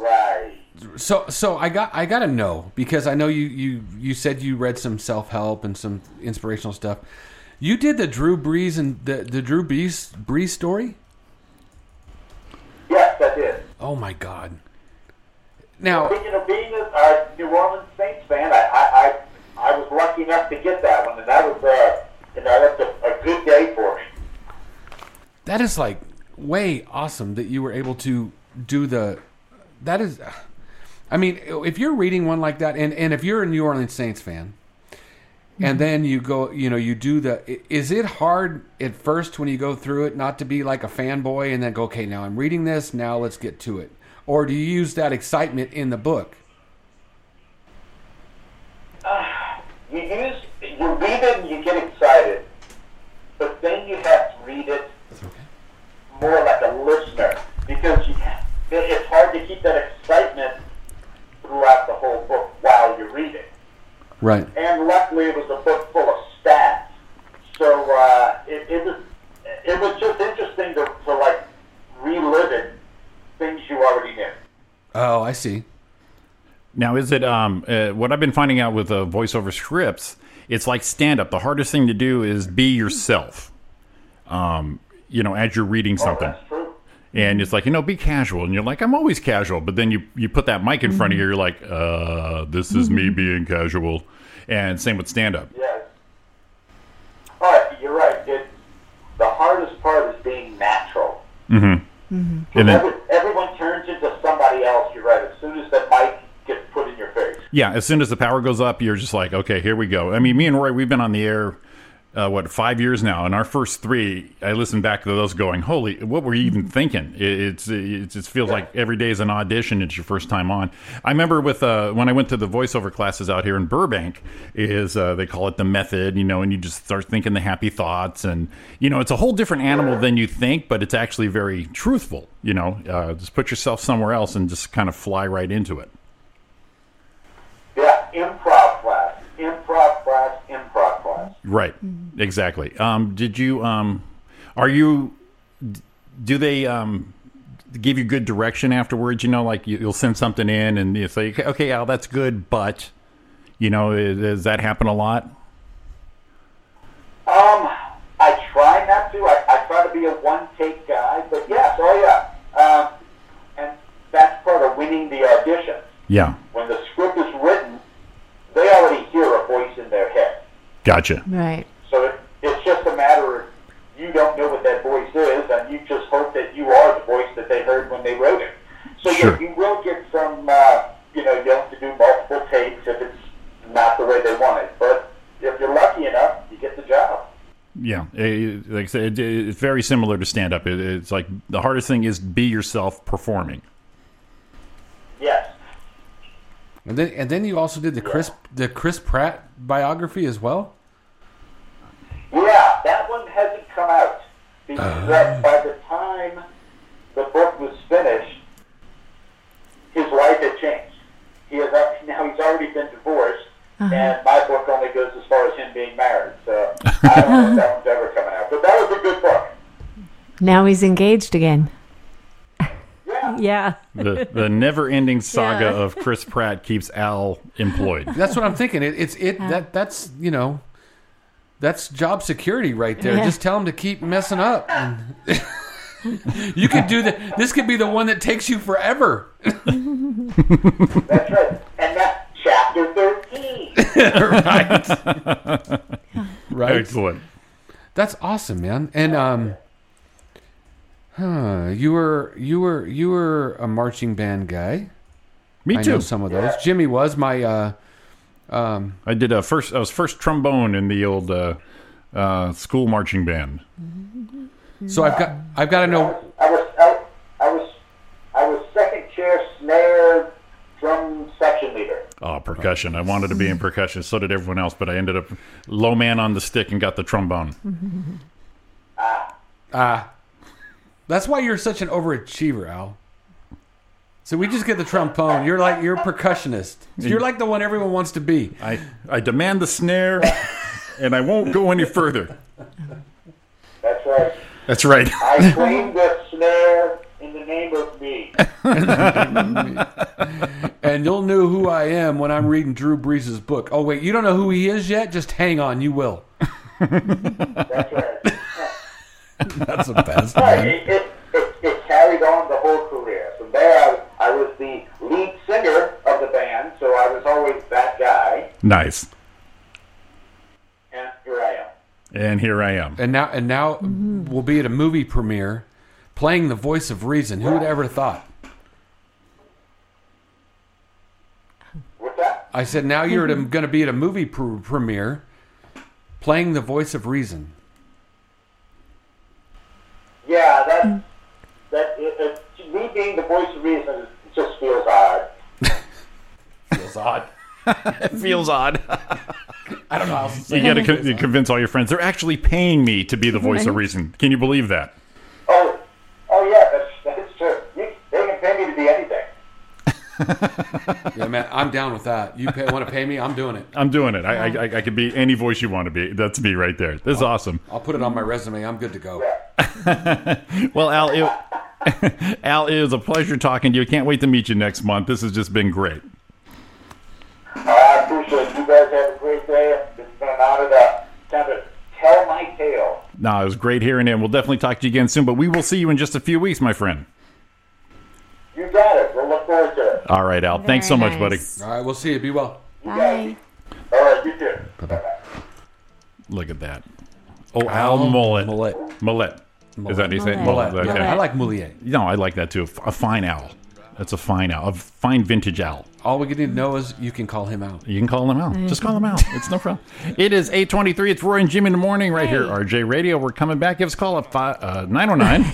Right. so, so I got I gotta know because I know you you you said you read some self help and some inspirational stuff. You did the Drew Brees and the, the Drew Brees Brees story. Yes, I did. Oh my God! Now, Speaking of being a uh, New Orleans Saints fan, I, I, I, I was lucky enough to get that one, and that was, uh, you know, that's a, a good day for me. That is like way awesome that you were able to do the. That is, I mean, if you're reading one like that, and and if you're a New Orleans Saints fan, and then you go, you know, you do the. i- Is it hard at first when you go through it not to be like a fanboy and then go, okay, now I'm reading this, now let's get to it, or do you use that excitement in the book? *sighs* You use, you read it and you get excited, but then you have to read it more like a listener because you, it- it's hard to keep that excitement throughout the whole book while you read it. Right. And luckily, it was a book full of stats, so uh, it, it was it was just interesting to, to like relive it, things you already knew. Oh, I see. Now, is it um, uh, what I've been finding out with uh, voiceover scripts? It's like stand up. The hardest thing to do is be yourself. Um, you know, as you're Oh, reading something, and it's like you know, be casual. And you're like, I'm always casual. But then you you put that mic in front of you, you're like, uh, this is me being casual. And same with stand up. Yes. All right, you're right. It, the hardest part is being natural. Mm-hmm. And then, Every, everyone turns into somebody else. You're right. As soon as that mic gets put in your face. yeah, as soon as the power goes up, you're just like, okay, here we go. I mean, me and Roy, we've been on the air. Uh, what five years now? And our first three, I listened back to those, going, "Holy, what were you even thinking?" It, it's, it's it feels like every day is an audition. It's your first time on. I remember with uh, when I went to the voiceover classes out here in Burbank, is uh, they call it the method, you know, and you just start thinking the happy thoughts, and you know, it's a whole different animal than you think, but it's actually very truthful. You know, uh, just put yourself somewhere else and just kind of fly right into it. Yeah, improv class, improv class, improv class. Right. Exactly. Um, did you? Um, are you? d- Do they um, give you good direction afterwards? You know, like you, you'll send something in and you say, "Okay, "Okay, Al, that's good," but you know, i- does that happen a lot? Um, I try not to. I, I try to be a one take guy, but yes, oh yeah. Um, and that's part of winning the audition. Yeah. When the script is written, they already hear a voice in their head. Gotcha. Right. So it, it's just a matter of you don't know what that voice is, and you just hope that you are the voice that they heard when they wrote it. So Sure. you, you will get some, uh, you know, you have to do multiple takes if it's not the way they want it. But if you're lucky enough, you get the job. Yeah. Eh, like I said, it- it's very similar to stand up. It, it's like the hardest thing is be yourself performing. Yes. And then and then you also did the Chris the Chris Pratt biography as well. Yeah, that one hasn't come out because uh, by the time the book was finished, his life had changed. He has al- now he's already been divorced, and my book only goes as far as him being married. So I don't know if that one's ever coming out. But that was a good book. Now he's engaged again. *laughs* yeah. The the never ending saga Yeah. of Chris Pratt keeps Al employed. That's what I'm thinking. It, it's it that that's you know, that's job security right there. Yeah. Just tell them to keep messing up. and- *laughs* you could do that. This could be the one that takes you forever. That's right. And that's chapter thirteen. right. right. Excellent. That's awesome, man. And um, huh? You were you were you were a marching band guy. Me I too. Know some of those. Jimmy was my. uh um, I did a first. I was first trombone in the old uh, uh, school marching band. So I've got I've got to know. I was I, I was I was second chair snare drum section leader. Oh, percussion! I wanted to be in percussion. So did everyone else, but I ended up low man on the stick and got the trombone. Ah, that's why you're such an overachiever, Al. So we just get the trombone. You're like you're a percussionist. So you're like the one everyone wants to be. I I demand the snare, and I won't go any further. That's right. That's right. I claim the snare in the name of me. and you'll know who I am when I'm reading Drew Brees' book. Oh wait, you don't know who he is yet? Just hang on, you will. *laughs* That's right. That's the best. Right. It, it, it, it carried on the whole career. From there, I, I was the lead singer of the band, so I was always that guy, Nice. and here I am. And here I am. And now, and now we'll be at a movie premiere, playing the voice of reason. Who would have ever thought? What's that? I said, now you're going to be at a movie pr- premiere, playing the voice of reason. Yeah, that that it, it, me being the voice of reason it just feels odd. Feels odd. it feels odd. I don't know. How else to say You it. got to con- convince all your friends. They're actually paying me to be the voice of Right. reason. Can you believe that? Oh, oh yeah, that's that's true. You, they can pay me to be anything. Yeah, man, I'm down with that. You pay, want to pay me? I'm doing it. I'm doing it. I, I, I, I could be any voice you want to be. That's me right there. This is awesome. I'll put it on my resume. I'm good to go. Well, Al, it, *laughs* Al, it was a pleasure talking to you. Can't wait to meet you next month. This has just been great. I appreciate it. you guys. Have a great day. It's been an honor to kind of tell my tale. No, it was great hearing it. We'll definitely talk to you again soon, but we will see you in just a few weeks, my friend. You got it. We'll look forward to it. All right, Al. thanks so Very much, buddy. nice. All right, we'll see you. Be well. Bye. All right, you too. Bye-bye. Look at that. Oh, Al, Mullet. Mullet. Mullet. Is that what you say? Mullet. Mullet. Okay. Yeah, I like Moulier. No, I like that too. A fine owl. That's a fine owl. A fine vintage owl. All we need to know is you can call him out. You can call them out. Mm. Just call them out. It's no problem. It is 823. It's Roy and Jimmy in the morning right here. RJ Radio. We're coming back. Give us a call at five, uh, 909.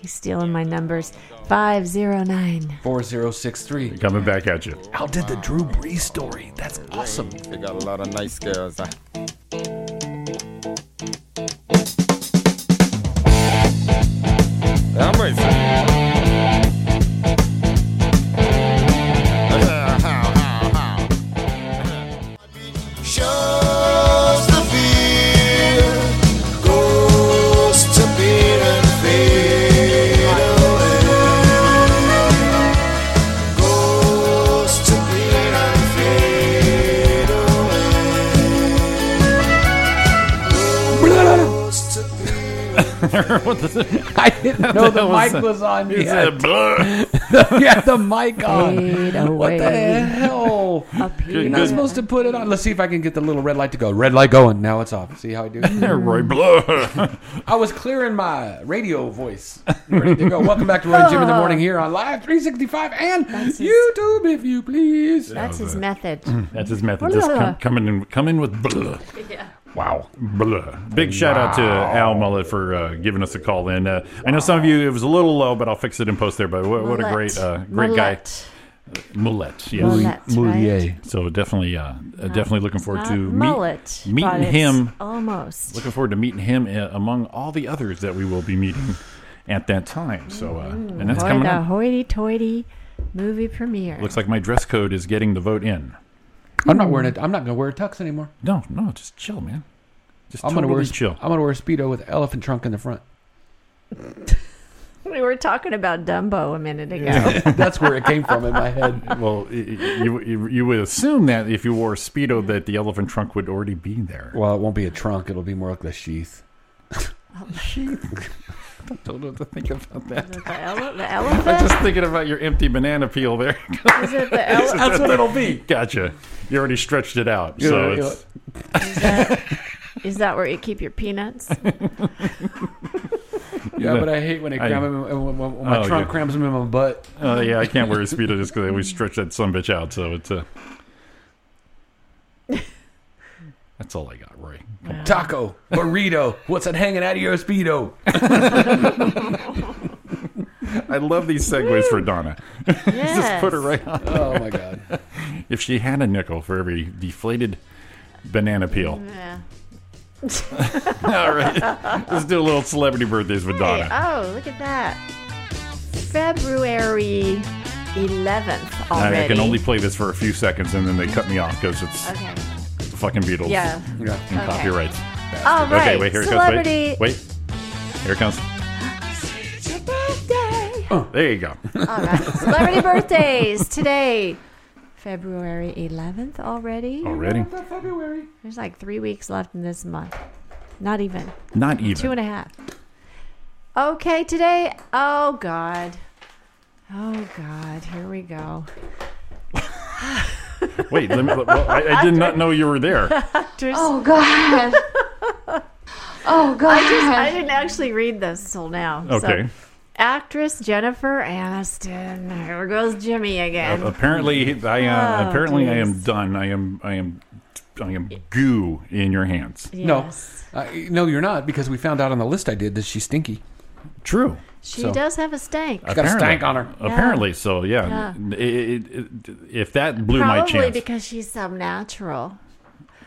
He's stealing my numbers. 509. *laughs* 4063. coming back at you. Al did the Drew Brees story. That's awesome. They got a lot of nice girls. huh? I'm ready for it. Uh, how, how, how. Shows the fear, goes to beer and fade away. Goes to beer and fade away. Goes to beer and *laughs* what the, I didn't know the hell was mic that? was on He yet. said, "Blah." yeah, *laughs* the mic on. Fade What the away. hell? You're not good. supposed to put it on. Let's see if I can get the little red light to go. Red light going. Now it's off. See how *laughs* I do? Roy *laughs* blah. I was clearing my radio voice. Ready to go. Welcome back to Roy and Jim in the morning here on Live 365 and That's his- YouTube, if you please. That's his method. That's his method. Just come, come in, come in with *laughs* blah. Wow. Blah. Big shout out to Al Mullet for uh, giving us a call in. Uh, I know some of you, it was a little low, but I'll fix it in post there. But what, what a great uh, great Mullet. guy. Mullet. Yes. Mullet, right? So definitely, uh, definitely looking forward Not to meet- mullet, but meeting it's him. Almost. Looking forward to meeting him uh, among all the others that we will be meeting at that time. So, uh, and that's Mm-hmm. coming Boy, the up. hoity-toity movie premiere. Looks like my dress code is getting the vote in. I'm not wearing it. I'm not gonna wear a tux anymore. No, no, just chill, man. Just I'm totally gonna wear. chill. I'm gonna wear a speedo with elephant trunk in the front. *laughs* we were talking about Dumbo a minute ago. That's where it came from in my head. Well, y- y- you, you you would assume that if you wore a speedo, that the elephant trunk would already be there. Well, it won't be a trunk. It'll be more like a sheath. I don't know what to think about that. *laughs* The, ele- the I'm *laughs* elephant? just thinking about your empty banana peel there. *laughs* Is it the ele- That's what it'll be. gotcha. You already stretched it out, You so know, it's Is that where you keep your peanuts? yeah, but I hate when it I- cram him, when, when- when my Oh, trunk yeah. crams him in my butt. uh, yeah. I can't wear a speedo just because I always stretch that son bitch out. So it's *laughs* uh, that's all I got, Roy. Taco, burrito, what's that hanging out of your speedo? I love these segues for Donna. *laughs* yes. Just put her right on. Oh my god. If she had a nickel for every deflated banana peel. Yeah. *laughs* All right. Let's do a little celebrity birthdays with Hey, Donna. oh, look at that. February 11th I- already. I can only play this for a few seconds and then they cut me off because it's Okay. the fucking Beatles Yeah. *laughs* Yeah. and okay. copyrights. All right. Okay, wait, here it Celebrity. comes. Wait. Wait. Here it comes. Birthday. There you go. *laughs* All right. Celebrity birthdays today. February 11th already. Already. February. There's like three weeks left in this month. Not even. Not even. Two and a half. Okay, today. Oh, God. Oh, God. Here we go. Wait, let me, well, I, I did not know you were *laughs* there. oh, *laughs* God. Oh, I, just, I God. didn't actually read this until now. so. *laughs* Okay. Actress Jennifer Aniston. Here goes Jimmy again. Uh, apparently, I am. Oh, apparently, I am geez. done. I am. I am. I am goo in your hands. No, uh, no, you're not because we found out on the list I did that she's stinky. True. She does have a stank. She's got a stank on her. Apparently, so yeah. Yeah. It- it- it- if that blew Probably my chance, because she's some natural.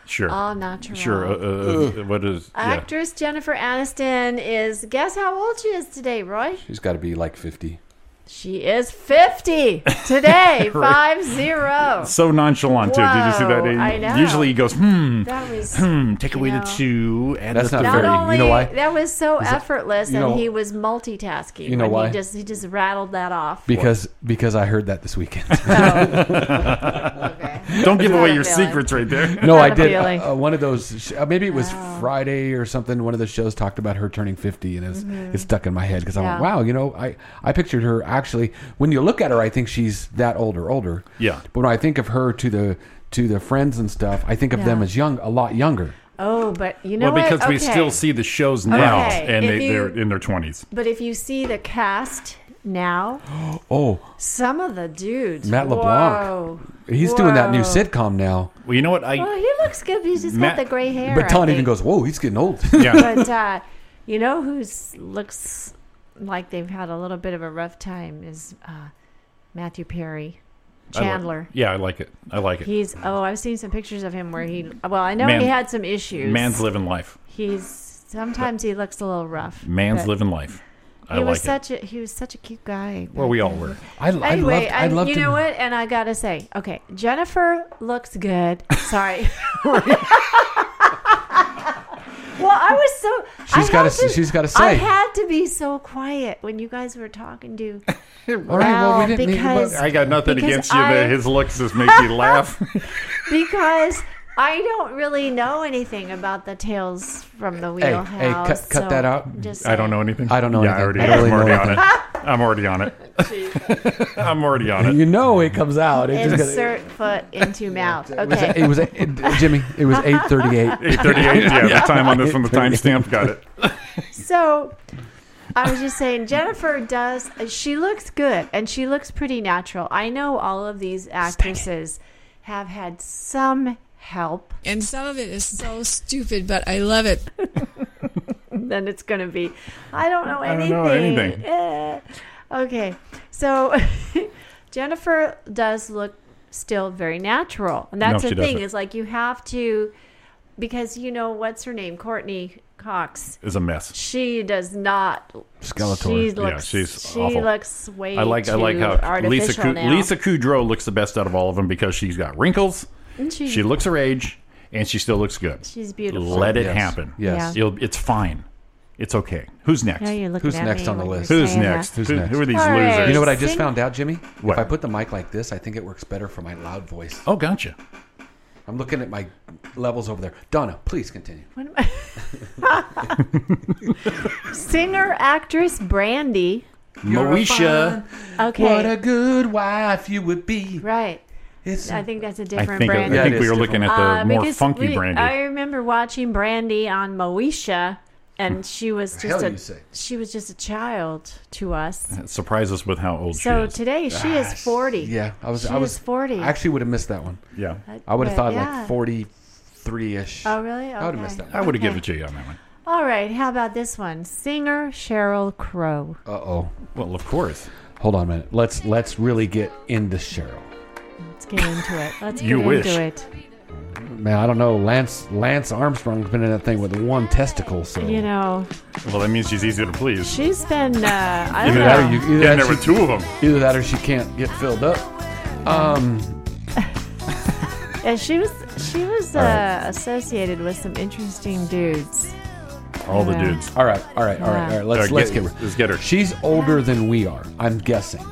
sure. all natural. Sure. Uh, uh, uh, what is? Yeah. Actress Jennifer Aniston is, guess how old she is today, Roy? She's got to be like 50. She is 50 today, *laughs* Right. *laughs* 5 0. So nonchalant too. Did you see that? Whoa, I know. Usually he goes, hmm, That was- hmm. Take you away know. the two, and That's the not third. fair. Not only, You know why? that was so Is that- effortless, you know- and he was multitasking. You know when why? He just, he just rattled that off. Because because I heard that this weekend. *laughs* Don't give away your secrets right there. No, I Not Oh. did. appealing. Uh, uh, one of those, uh, maybe it was Friday or something. One of the shows talked about her turning 50, and it, was, Mhm. it stuck in my head because I went, Yeah. wow, you know, I, I pictured her actually, when you look at her, I think she's that old or older. Yeah. But when I think of her to the to the friends and stuff, I think of them Yeah. as young, a lot younger. Oh, but you know *laughs* well, because what? we Okay. still see the shows now, Okay, and if they, you- they're in their twenties. But if you see the cast now, Oh, some of the dudes. Matt LeBlanc. Whoa. He's doing that new Whoa. sitcom now. Well, you know what? Well, he looks good. He's just Matt- got the gray hair. But Ton I even think. goes, whoa, he's getting *laughs* old. *laughs* but uh, you know who's looks like they've had a little bit of a rough time is uh, Matthew Perry, I like- Chandler. yeah, I like it. I like it. He's oh, I've seen some pictures of him where he. Well, I know Man- he had some issues. Man's living life. He's sometimes he looks a little rough. Man's but living life. He I was like it. such a he was such a cute guy. Well, we all *laughs* were. I, Anyway, I you know what? And I gotta say, okay, Jennifer looks *laughs* good. Sorry. well, I was so. She's I gotta had s- she's gotta I say. had to be so quiet when you guys were talking to. All *laughs* right, well, we didn't need- because I got nothing because against you. I- That his looks just make you *laughs* laugh. because I don't really know anything about the tales from the Hey, wheelhouse. hey, cut, cut so that out. Just I don't know anything. I don't know Yeah, anything. I I already, really I'm already know on it. nothing. I'm already on it. *laughs* I'm already on it. *laughs* You know it comes out. It just gotta- *laughs* insert foot into mouth. It was, Okay. it was it- Jimmy. *laughs* It was eight thirty-eight. 8:38. Yeah, the time on this one, the timestamp. Got it. So I was just saying, Jennifer does, she looks good and she looks pretty natural. I know all of these actresses have had some help. And some of it is so stupid, but I love it. *laughs* then it's going to be, I don't know I don't anything. anything. know Eh. Okay. So *laughs* Jennifer does look still very natural. And No, that's she the thing doesn't. is like you have to, because you know, what's her name? Courtney Cox. It's a mess. She does not. Skeletor. She looks, Yeah, she's she awful. looks way. I like. Too I like how artificial Lisa Ku- now. Lisa Kudrow looks the best out of all of them because she's got wrinkles. And she- she looks her age, and she still looks good. She's beautiful. Let it Yes. happen. Yes. Yeah. You'll- it's fine. It's okay. Who's next? Now you're looking Who's at next me on the when list? you're Who's saying next? that. Who's who, next? Who are these All right. losers? You know what I just Sing- found out, Jimmy? What? If I put the mic like this, I think it works better for my loud voice. Oh, gotcha. I'm looking at my levels over there. Donna, please continue. What am I- *laughs* Singer actress Brandy. You're a Moesha. Okay. What a good wife you would be. Right. It's- I think that's a I different think, I Brandy. Yeah, think it we is were looking at the Uh, more because funky we- brandy. I remember watching Brandy on Moesha, Hmm. and she was hell just you say? a she was just a child to us. Surprise us with how old So she is. today she is forty. Yeah, I was. She I was is forty. I actually would have missed that one. Yeah, I would have But, thought yeah. like forty-three ish. Oh, really? I would have Okay. missed that. One. I would have given it to you on that one. All right, how about this one? Singer Cheryl Crow. Uh oh. Well, of course. Hold on a minute. Let's let's really get into Cheryl. Let's get into it. Let's You get wish. into it. Man, I don't know. Lance Lance Armstrong's been in that thing with one testicle. So You know, Well, that means she's easy to please. she's been. Uh, I don't either know. that or you, either Yeah, that there were she- two of 'em. Either that or she can't get filled up. Um, Yeah, she was. She was uh, All right. associated with some interesting dudes. All the Yeah. dudes. All right, all right, all right, all Yeah. right. Let's All right, let's get- get, her. let's get her. She's older than we are. I'm guessing.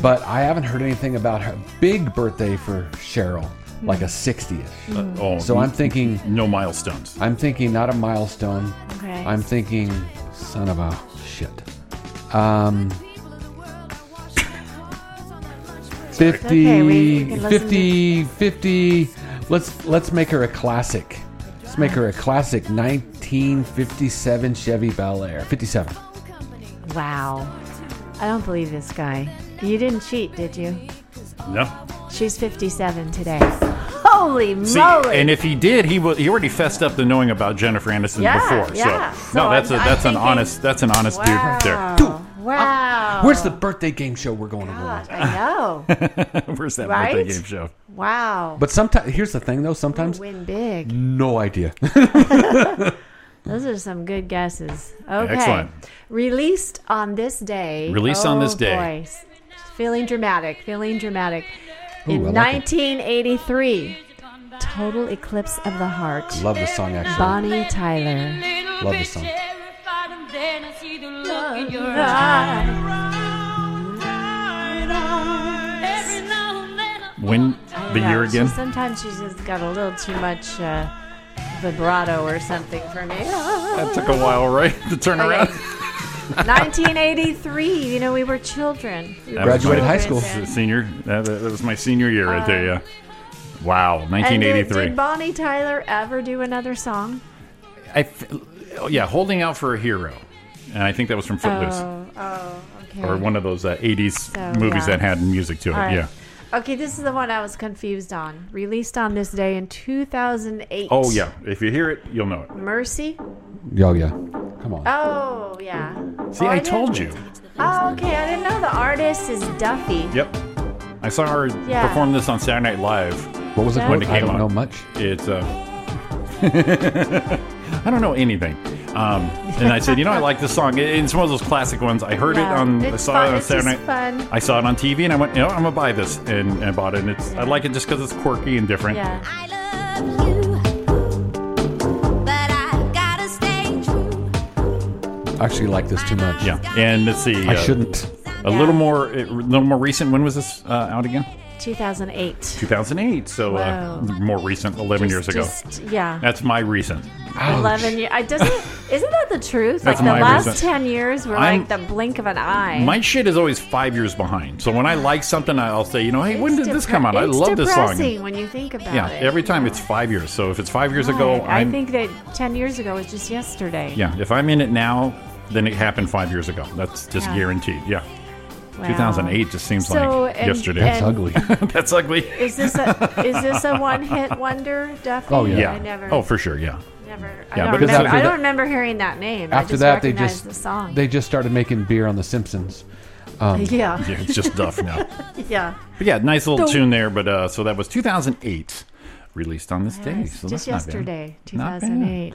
But I haven't heard anything about her big birthday for Cheryl, like a 60th. Mm. Uh, oh, so I'm thinking no milestones. I'm thinking not a milestone. Okay. I'm thinking son of a shit. Um, 50 okay, we- we can listen to- 50 50 let's let's make her a classic. Let's make her a classic 1957 Chevy Bel Air. 57. Wow. I don't believe this guy. You didn't cheat, did you? No. She's 57 today. Holy See, moly! and if he did, he was he already fessed up to knowing about Jennifer Aniston Yeah, before. yeah. So, So no, that's a I'm- I'm that's an thinking- honest that's an honest wow. dude there. Oh. Wow. Where's the birthday game show we're going God, I *laughs* know. over? *laughs* Where's that Right? birthday game show? Wow. But sometimes here's the thing though, sometimes Win big. no idea. *laughs* Those are some good guesses. Okay. Excellent. Released on this day. Released on this Oh, day. boy. Feeling dramatic. Feeling dramatic. Ooh, I In like it. 1983, Total Eclipse of the Heart. Love this song actually. Bonnie Tyler. Love this song. When I the know, year she- again? sometimes she's just got a little too much uh, vibrato or something for me. *laughs* That took a while, right? *laughs* To turn Okay. *laughs* around. 1983. You know, we were children. We were Graduated high children school. then. Senior. That, that was my senior year right there. Yeah. Wow. Uh, And did- 1983. Did Bonnie Tyler ever do another song? I f- oh, yeah, holding out for a hero, and I think that was from Footloose Oh, oh, okay. or one of those uh, '80s So, movies yeah. that had music to it. All right. Yeah. Okay, this is the one I was confused on. Released on this day in 2008. Oh yeah. If you hear it, you'll know it. Mercy? Yo, yeah. Come on. Oh, yeah. See, Oh, I didn't- told you. Oh, okay. I didn't know the artist is Duffy. Yep. I saw her Yeah. perform this on Saturday Night Live. What was it when called? it I came don't on. know much. It's uh, *laughs* I don't know anything. Um, and I said, you know, I like this song. It- It's one of those classic ones. I heard Yeah, it on, I it's saw fun. it on It's Saturday just night. fun. I saw it on TV, and I went, you know, I'm gonna buy this, and, and I bought it. And it's, I like it just because it's quirky and different. Yeah. I actually like this too much. Yeah. And let's see, I uh, shouldn't. A little more, a little more recent. When was this uh, out again? 2008. 2008. So uh, Wow. more recent, 11 years ago. Just, yeah. That's my recent. 11 years. I just isn't that the truth? That's like my the last reason. 10 years were I'm- like the blink of an eye. My shit is always five years behind. So when I like something, I'll say, you know, hey, when did this come out? I it's love this song. depressing when you think about yeah, it. every time it's five years. So if it's five years ago, Right. I I'm think that 10 years ago was just yesterday. yeah. If I'm in it now, then it happened five years ago. That's just Yeah. guaranteed. Yeah, *laughs* Wow. 2008 just seems So, like and- yesterday. That's and- *laughs* ugly. That's ugly. Is this a is this a one hit wonder, Duffy? Oh yeah. I never. Oh for sure. Yeah. Never. I Yeah, don't because remember. after I that- don't remember hearing that name. I After just that, they recognized just the song. they just started making beer on The Simpsons. *laughs* Um, yeah. Yeah, it's just Duff now. *laughs* yeah. But yeah, nice little The- tune there. But uh, so that was 2008, released on this day. Yes, So that's just not bad. yesterday, Not bad. 2008.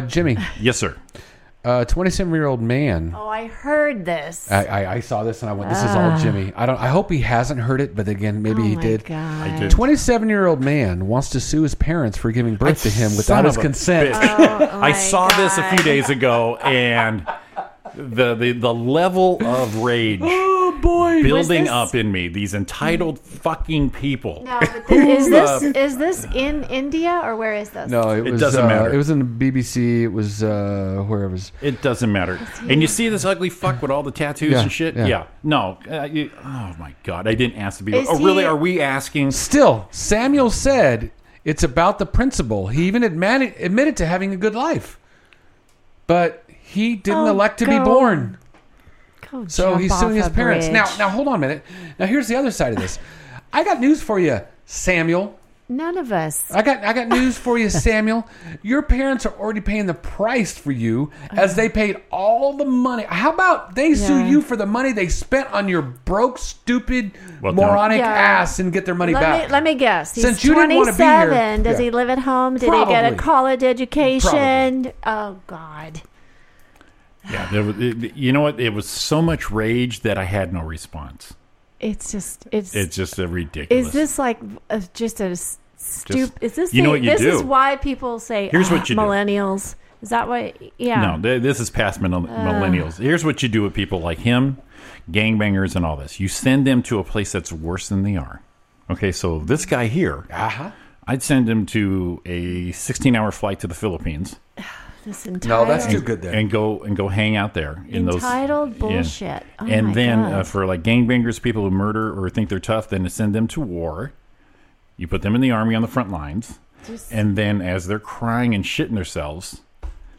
*laughs* Jimmy, Yes, sir. a 27-year-old man. Oh, I heard this. I, I, I saw this and I went, "This is all Ah. Jimmy." I don't. I hope he hasn't heard it, but again, maybe Oh he my did. God. I did. Twenty-seven-year-old man wants to sue his parents for giving birth to him Son without his of a *laughs* consent. bitch. Oh, I saw this a few days ago, and the the, the level of *laughs* rage Oh boy, building up in me. These entitled fucking people. *laughs* No, but thi- is Who, this uh, is this in India or where is this? No, it, It was, doesn't uh, matter. It was in the BBC. It was uh, where it was. It doesn't matter. And you see this ugly fuck with all the tattoos Yeah, and shit. yeah. Yeah. No. Uh, you- oh my god! I didn't ask to be. Is Oh really? he- Are we asking? Still, Samuel said it's about the principle. He even admitted, admitted to having a good life, but he didn't Oh, elect to be go- born. Go So jump he's suing off his a parents. Now, bridge. now hold on a minute. Now here's the other side of this. I got news for you, Samuel. None of us. I got I got news for you, Samuel. Your parents are already paying the price for you as they paid all the money. How about they sue Yeah. you for the money they spent on your broke, stupid, Well, no. moronic Yeah. ass and get their money let back? Me, let me guess. He's Since you didn't wanna be 27. here- Does Yeah. he live at home? Did he get Probably. a college education? Oh God. Yeah. There was, it- you know what? It was so much rage that I had no response. It's just it's. It's just a ridiculous. is this like uh, just a stupid? Is this you know the- what you this is do. why people say Here's "Ah, what you do." millennials. Is that why? Yeah. No, th- this is past millen- millennials. Here's what you do with people like him gangbangers and all this. You send them to a place that's worse than they are. Okay, so this guy here, uh-huh. I'd send him to a 16-hour flight to the Philippines. This entire there. And go and go hang out there in those Entitled yeah. bullshit. Oh my and then God. uh, for like gangbangers, people who murder or think they're tough, then to send them to war. You put them in the army on the front lines, Just- and then as they're crying and shitting themselves,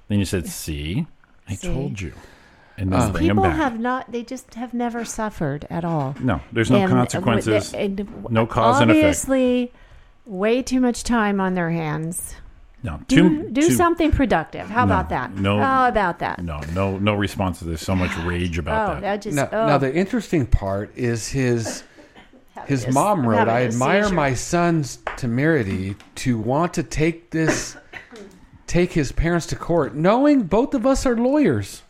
then you said, "See, I See? told you," and then These bring them people back. have not. They just have never suffered at all. No, there's no uh, consequences, and w- no cause and effect. Obviously, way too much time on their hands. no, Do too- do too- something productive. How No, about that? no. How about that? No, no, no response to this. So much rage about Oh, that. that just. now, oh. now the interesting part is his his a- mom I'm wrote, having "I a admire seizure." my son's temerity to want to take this, take his parents to court, knowing both of us are lawyers."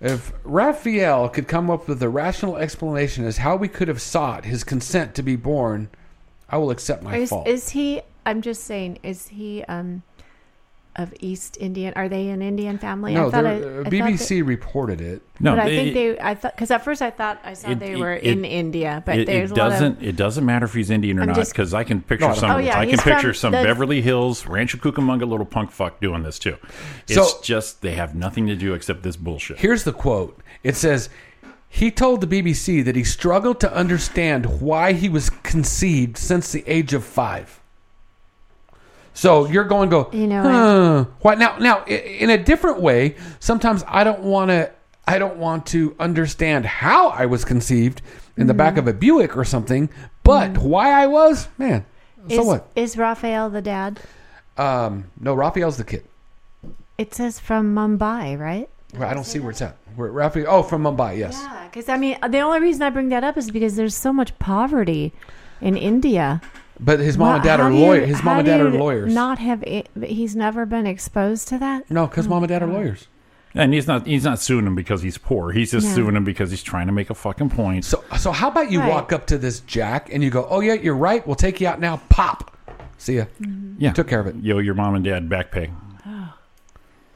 If Raphael could come up with a rational explanation as how we could have sought his consent to be born, I will accept my is, fault. is he? I'm just saying. Is he? Um, of East Indian? Are they an Indian family? no, I thought there- I, I uh, thought BBC that- reported it. No, but I they- think they. I thought because at first I thought I saw It- they it- were it- in India, but it, there's it a lot of- doesn't. it doesn't matter if he's Indian or I'm not, just- because I can picture No, I don't some. know. Oh, yeah, I can he's picture from some the- Beverly Hills, Rancho Cucamonga, little punk fuck doing this too. It's So- just they have nothing to do except this bullshit. Here's the quote it says, He told the BBC that he struggled to understand why he was conceived since the age of five. So you're going to go, You know, huh, why now? Now, i- in a different way, sometimes I don't want to. I don't want to understand how I was conceived in the back Mm-hmm. of a Buick or something, but why I was, man. So is, what? Is Raphael the dad? Um, no, Raphael's the kid. It says from Mumbai, right? Well, I don't see where it's at. Where Raphael? Oh, from Mumbai. Yes. Because I mean, the only reason I bring that up is because there's so much poverty in India. But his mom Wha- and dad how are do you- lawyer. His mom how and do dad are you lawyers. Not have it, but he's never been exposed to that. No, because mom and dad are lawyers. And he's not. He's not suing him because he's poor. He's just No. suing him because he's trying to make a fucking point. So, so how about you Right. walk up to this Jack and you go, "Oh yeah, you're right. We'll take you out now. Pop. See ya. Mm-hmm. yeah, took care of it. Yo, your mom and dad back pay.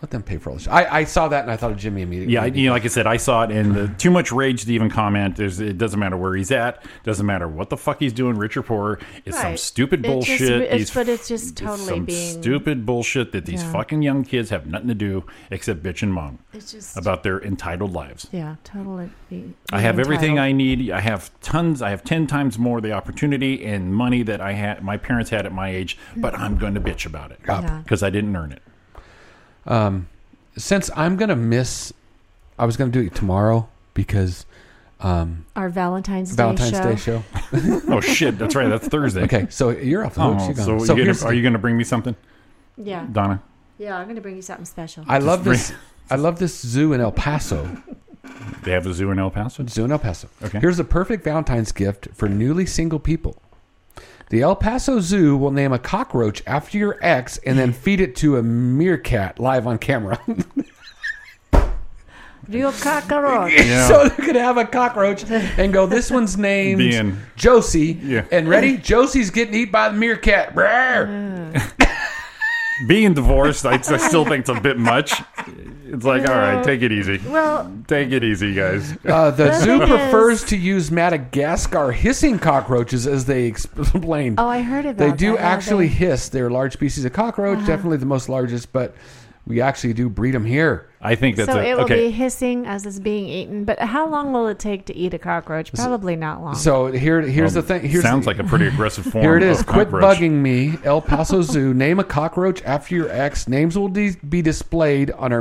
Let them pay for all this." I, I saw that and I thought of Jimmy immediately. Yeah, I, you know, like I said, I saw it, and the, too much rage to even comment. There's, it doesn't matter where he's at. Doesn't matter what the fuck he's doing, rich or poor. It's some Right. stupid It just- bullshit. it's- These but it's just It's totally some being- stupid bullshit that these Yeah. fucking young kids have nothing to do except bitch and moan It's just- about their entitled lives. Yeah, totally. be- I have entitled. everything I need. I have tons. I have ten times more the opportunity and money that I had. My parents had at my age, but Mm. I'm going to bitch about it Yeah. because I didn't earn it. Um, since I'm gonna miss, I was gonna do it tomorrow because, um, Our Valentine's Day Valentine's show. Day show. oh shit, that's right. *laughs* That's Thursday. Okay, so you're off the hook. Oh, You're gone. so, So you here's gonna, the are you going to bring me something, Yeah. Donna? Yeah, I'm gonna bring you something special. I love bring- this. I love this zoo in El Paso. They have a zoo in El Paso. *laughs* Zoo in El Paso. Okay. Here's the perfect Valentine's gift for newly single people. The El Paso Zoo will name a cockroach after your ex and then feed it to a meerkat live on camera. *laughs* Real cockroach. so they could have a cockroach and go, this *laughs* one's named Being- Josie. Yeah. And ready? Josie's getting eaten by the meerkat. Brrr. Being divorced, I, I still think it's a bit much. It's like, all right, take it easy. *laughs* Well, Take it easy, guys. Uh, *laughs* the The zoo thing prefers to use Madagascar hissing cockroaches as they *laughs* explain. oh, I heard about. They do that, how actually they- hiss. They're a large species of cockroach, Uh-huh. definitely the most largest, but we actually do breed them here. I think that's So a, it will okay. be hissing as it's being eaten. But how long will it take to eat a cockroach? Probably not long. So here, here's the thing. Here's sounds like a pretty *laughs* aggressive form. here it is. Of Quit cockroach. bugging me, *laughs* El Paso Zoo. Name a cockroach after your ex. Names will de- be displayed on our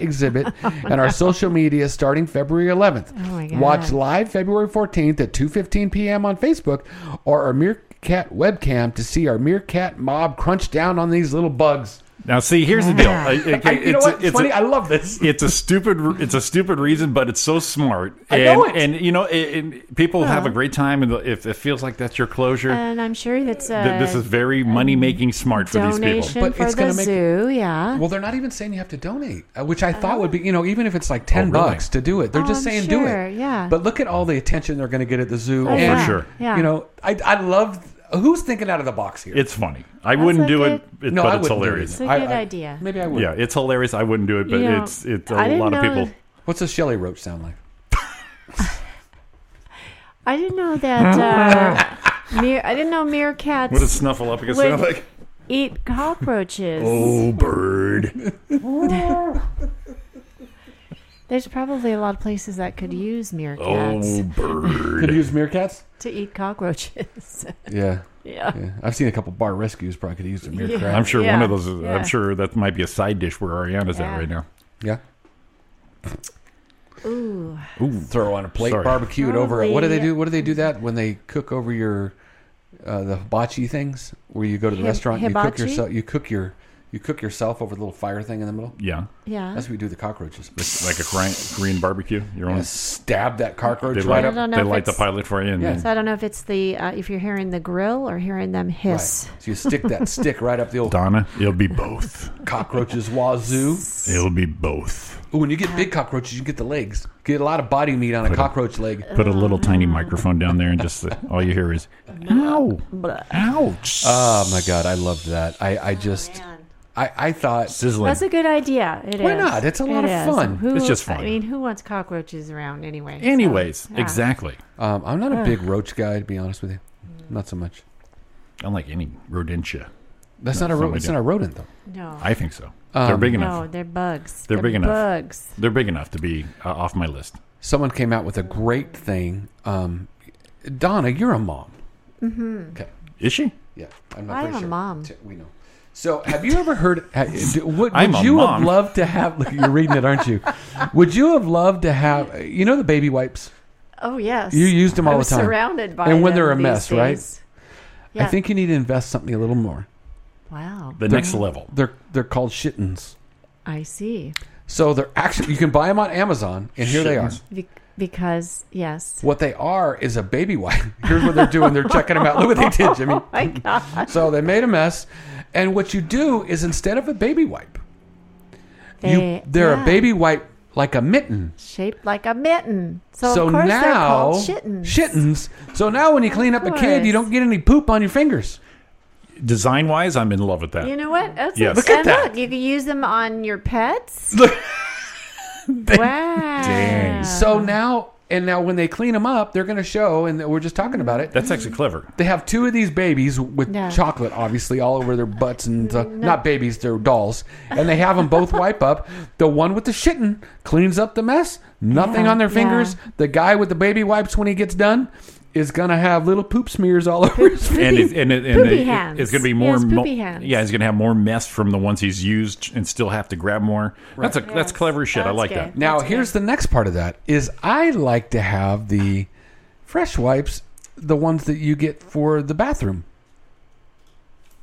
*laughs* exhibit and our social media starting February 11th. Oh my God. Watch live February 14th at 2:15 p.m. on Facebook or our meerkat webcam to see our meerkat mob crunch down on these little bugs. Now, see, here's the deal. Yeah. *laughs* I- okay, I- you know what? It's funny. I I love this. It's a stupid. re- It's a stupid reason, but it's so smart. I And, know it. and you know, it, it- people have a Well. great time, and if it feels like that's your closure, and I'm sure that's a th- this Uh, is very money making smart for these people. donation But for it's the gonna make- zoo. Yeah. Well, they're not even saying you have to donate, uh, which I thought would be, you know, even if it's like 10 really? bucks to do it, they're Oh, just I'm saying do sure, it. yeah. But look at all the attention they're going to get at the zoo. Oh, for and, sure. yeah. You know, I, I love who's thinking out of the box here. It's funny. I wouldn't like do it, a- it No, I but it's wouldn't do it hilarious. it's a I- good I- idea. Maybe I would. Yeah, it's hilarious. I wouldn't do it, but You know, it's it's a I didn't lot of know- people. What's a Shelly Roach sound like? I didn't know *laughs* that. Uh, me- I didn't know meerkats. What does Snuffleupagus would sound *laughs* like? Eat cockroaches. Oh, bird. There's probably a lot of places that could use meerkats Oh, bird. *laughs* Could use meerkats? to eat cockroaches. *laughs* Yeah. Yeah. I've seen a couple bar rescues probably could use the meerkat. I'm sure one of those. Is, yeah. I'm sure that might be a side dish where Ariana's Yeah. at right now. Yeah. Ooh. Ooh, throw on a plate, Sorry. barbecue it over. it. What do they Probably- do? What do they do that when they cook over your uh, the hibachi things where you go to the Hi- restaurant and you cook hibachi? yourself you cook your you cook yourself over the little fire thing in the middle? Yeah. Yeah. That's what we do with the cockroaches. Like, like a Korean, Korean barbecue. Your own. stab that cockroach They light, right up. I don't know They if light the it's- pilot for you. And So I don't know if it's the uh, if you're hearing the grill or hearing them hiss. So you stick *laughs* that stick right up the old Donna, it'll be both. cockroaches wazoo. It'll be both. Ooh, when you get big cockroaches, you can get the legs. Get a lot of body meat on a cockroach leg. Put a little tiny Uh. microphone down there, and just uh, all you hear is *laughs* ow, ouch. Oh my god, I loved that. I I just I I thought sizzling. That's a good idea. It is. Why not? It's a lot It of is. fun. Who- It's just I fun. mean, who wants cockroaches around anyway? So, Anyways, yeah. exactly. Um, I'm not a Ugh. big roach guy, to be honest with you. Mm. Not so much. I don't like any rodentia. That's not a rodent. It's not a rodent, though. No. I think so. Um, they're big enough. No, they're bugs. They're big enough. Bugs. They're big enough to be uh, off my list. Someone came out with a great thing. Um, Donna, you're a mom. Mm-hmm. Okay. Is she? Yeah, I'm not I'm pretty a sure. mom. We know. So, have you ever heard? ha- *laughs* d- Would, I'm would a you mom. have loved to have? Look, you're reading it, aren't you? Would you have loved to have? You know the baby wipes. Oh yes. You used them all I'm the time. Surrounded by and when them they're a these mess, days. right? Yeah. I think you need to invest something a little more. Wow. The They're- next level. They're they're called shittens. I see. So they're actually you can buy them on Amazon, and here they are. Shittens. Be- because *laughs* yes. What they are is a baby wipe. *laughs* Here's what they're doing. They're checking them out. Look what they *laughs* did, Jimmy. Oh My God. So they made a mess. And what you do is instead of a baby wipe, you, They- they're yeah. a baby wipe like a mitten. Shaped like a mitten. So, so of course they're now, called shittens. shittens. So now when you clean up a kid, course. you don't get any poop on your fingers. Design wise, I'm in love with that. You know what? That's Yes. yes. Look at and that. look, you can use them on your pets. *laughs* Look. wow. Dang. So Uh-huh. now, and now when they clean them up, they're going to show, and we're just talking about it. That's actually clever. They have two of these babies with Yeah. chocolate, obviously, all over their butts and uh, not babies, they're dolls. And they have them both wipe up. The one with the shitting cleans up the mess, nothing Yeah, on their yeah. fingers. The guy with the baby wipes when he gets done is gonna have little poop smears all *laughs* *laughs* over his face. and it, and, it, and Poopy it- hands. it's going to be He more. has mo- poopy hands. Yeah, he's going to have more mess from the ones he's used, and still have to grab more. That's a that's clever shit. I That's like that. good. Now here's the next part of that is I like to have the fresh wipes, the ones that you get for the bathroom.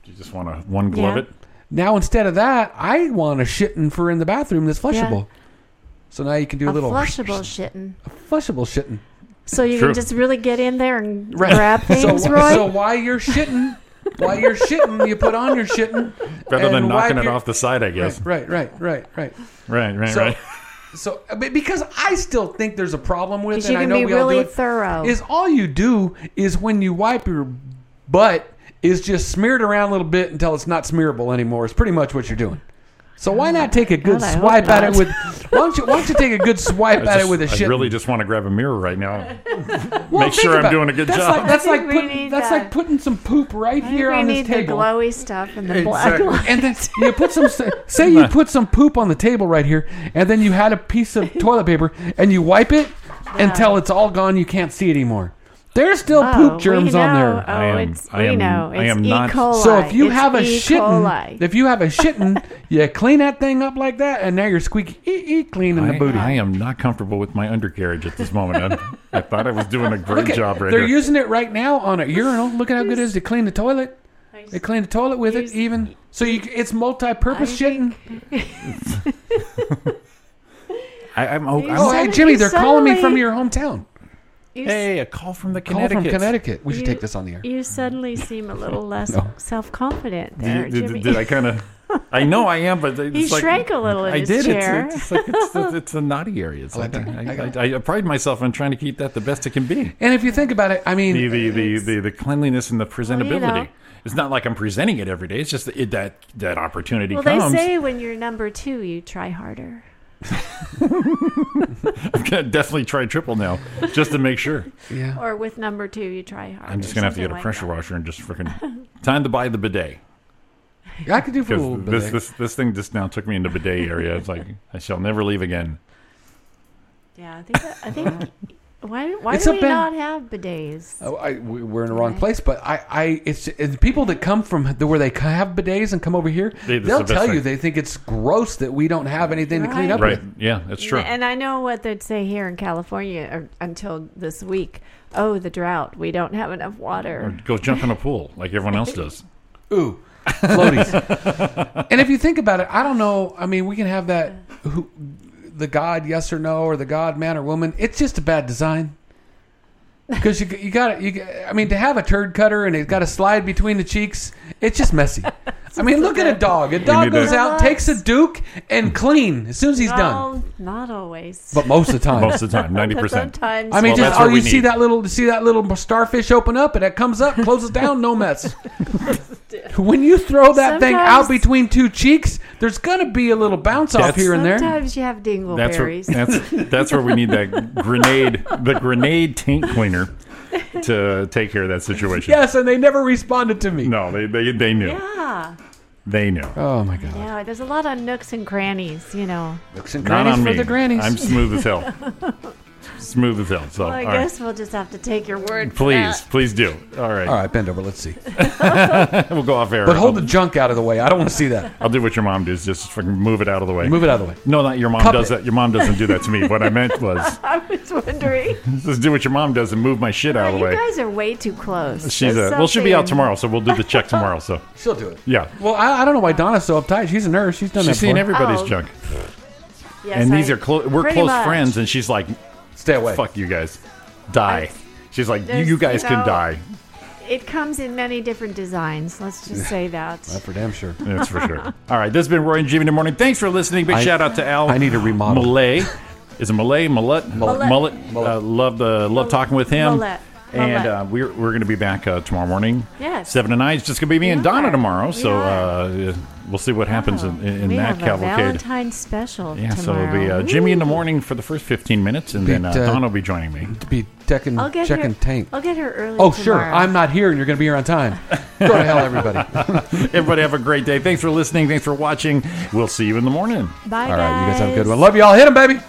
You just want to one glove Yeah. it. Now instead of that, I want a shitting for in the bathroom that's flushable. So now you can do a, a little flushable *laughs* shitting. flushable shitting. So you True. can just really get in there and Right. grab things, *laughs* so, Roy. so why you're shitting? Why you're shitting? You put on your shitting Rather and than wipe knocking it your- off the side, I guess. Right, right, right, right, Right, right. right, right. So- So I mean, because I still think there's a problem with, Because and you I can know be we all do really it, thorough. is all you do is when you wipe your butt is just smear it around a little bit until it's not smearable anymore. It's pretty much what you're doing. So why not take a good God, Oh, I hope swipe at it not. with? Why don't you why don't you take a *laughs* good I swipe at it just- with a I shit? really just want to grab a mirror right *laughs* now. Well, Make think sure I'm about it. doing a good that's job. Like, that's I think like we putting need that's that. like putting some poop right I think here we on need this table. the glowy stuff and the *laughs* Exactly. black And then you put some say you put some poop on the table right here, and then you had a *laughs* piece of toilet paper and you wipe it until it's all gone. You can't see it anymore. There's still Oh, poop germs we on know. there. Oh, I am- it's, I we am- know. It's I am e. not- coli. So if you It's have a e. shittin', coli. if you have a shittin', you clean that thing up like that, and now you're squeaky ee ee clean in I, the booty. I am not comfortable with my undercarriage at this moment. I, I thought I was doing *laughs* a great Look at- job right they're here. using it right now on a urinal. Look at how good it is to clean the toilet. They clean the toilet with it, Use- even so you, c- it's multi-purpose shitting. I, I'm, o- I'm Oh, hey Suddenly- Jimmy, they're calling me from suddenly- your hometown. You, s- Hey, a call from the Call Connecticut. from Connecticut. We should You- take this on the air. you suddenly seem *laughs* a little less No. self-confident there, Did, did, Jimmy. *laughs* did I kind of? I know I am, but it's He like, shrank a little in I his did. chair. It's, it's, like it's, *laughs* the- it's the naughty area. It's like I, I, I pride myself on trying to keep that the best it can be. And if you think about it, I The mean, the the, the, the cleanliness and the presentability. know. It's not like I'm presenting it every day. It's just that it, that, that opportunity well, they comes. say when you're number two, you try harder. I'm gonna *laughs* definitely try triple now, just to make *laughs* sure. Yeah. Or with number two, you try hard. I'm just gonna have to get a pressure washer and just *laughs* freaking time to buy the bidet. I could do for a 'Cause little bit. This this this thing just now took me into bidet area. It's like I shall never leave again. Yeah, I think. that- I think. *laughs* Why? Why It's do a we not bad- have bidets? Oh, I, we- we're in the wrong place, but I, I it's, it's people that come from the, where they ca- have bidets and come over here. They- They, this is will the best tell you thing. they think it's gross that we don't have anything to clean up Right? with. Yeah, that's true. And I know what they'd say here in California or, until this week. Oh, the drought. We don't have enough Or water. go jump in a pool like everyone else does. Ooh, floaties. and if you think about it, I don't know. I mean, we can have that who, the God yes or no or the God man or woman. It's just a bad design. Because you you got you I mean to have a turd cutter and it's got to slide between the cheeks, it's just messy. I mean, look at a dog. A dog need goes to- out, takes a duke, and clean as soon as he's done. Well, Not always. But most of the time, Most of the time, ninety percent. Sometimes. I mean, Well, just that's oh, what we you see need. that little see that little starfish open up and it comes up, closes down, *laughs* no mess. when you throw that thing out Sometimes- between two cheeks, there's gonna be a little bounce off That's- here and there. Sometimes you have That's where, dingleberries. that's that's where we need that grenade, the grenade tank cleaner, to take care of that situation. Yes, and they never responded to me. No, they they, they knew. *laughs* yeah. They knew. Oh my god. Yeah. There's a lot of nooks and crannies, you know. Nooks and Not crannies on for me. the grannies. I'm smooth as hell. smooth as hell. So Well, I all right. guess uh, we'll just have to take your word. for Please, that. please do. All right. All right, bend over. Let's see. we'll go off air. But hold the I'll, junk out of the way. I don't want to see that. I'll do what your mom does. Just freaking move it out of the way. Move it out of the way. No, not your mom Cup does it. that. Your mom doesn't do that to me. What I meant was *laughs* *laughs* I was wondering. just do what your mom does and move my shit out of the you way. guys are way too close. She's There's uh, well, she'll be out something- tomorrow, so we'll do the check tomorrow. *laughs* So She'll do it. yeah, Well, I, I don't know why Donna's so uptight. She's a nurse. She's done that. she's seen before. everybody's Oh. junk, Yes, and these I- are close. We're pretty close much. friends, and she's like, Stay away. "Fuck you guys, die." She's like, "You, There's- you guys no. can die." It comes in many different designs. Let's just say that. That's for damn sure. That's for *laughs* sure. All right, this has been Roy and Jimmy in the morning. Thanks for listening. Big I- shout out to Al. I need a remodel. Malay. Is it Malay? Mullet? Mullet. Mullet. Uh, love, the, love talking with him. Mullet. And Mullet. uh, we're, we're going to be back uh, tomorrow morning. Yes. 7 to 9. It's just going to be me and We Donna are. tomorrow. We so uh, we'll see what happens in, in, in we that have a cavalcade. Valentine's special Yeah, so tomorrow. it'll be uh, Jimmy in the morning for the first 15 minutes, and then uh, Beat, uh, Donna will be joining me. *laughs* To be decking, I'll get checking her, tank. I'll get her early. Oh, sure. tomorrow. I'm not here and you're going to be here on time. Go to hell, everybody. Everybody have a great day. Thanks for listening. Thanks for watching. We'll see you in the morning. Bye, All right, you guys have a good guys. one. Love you all. Hit them, baby.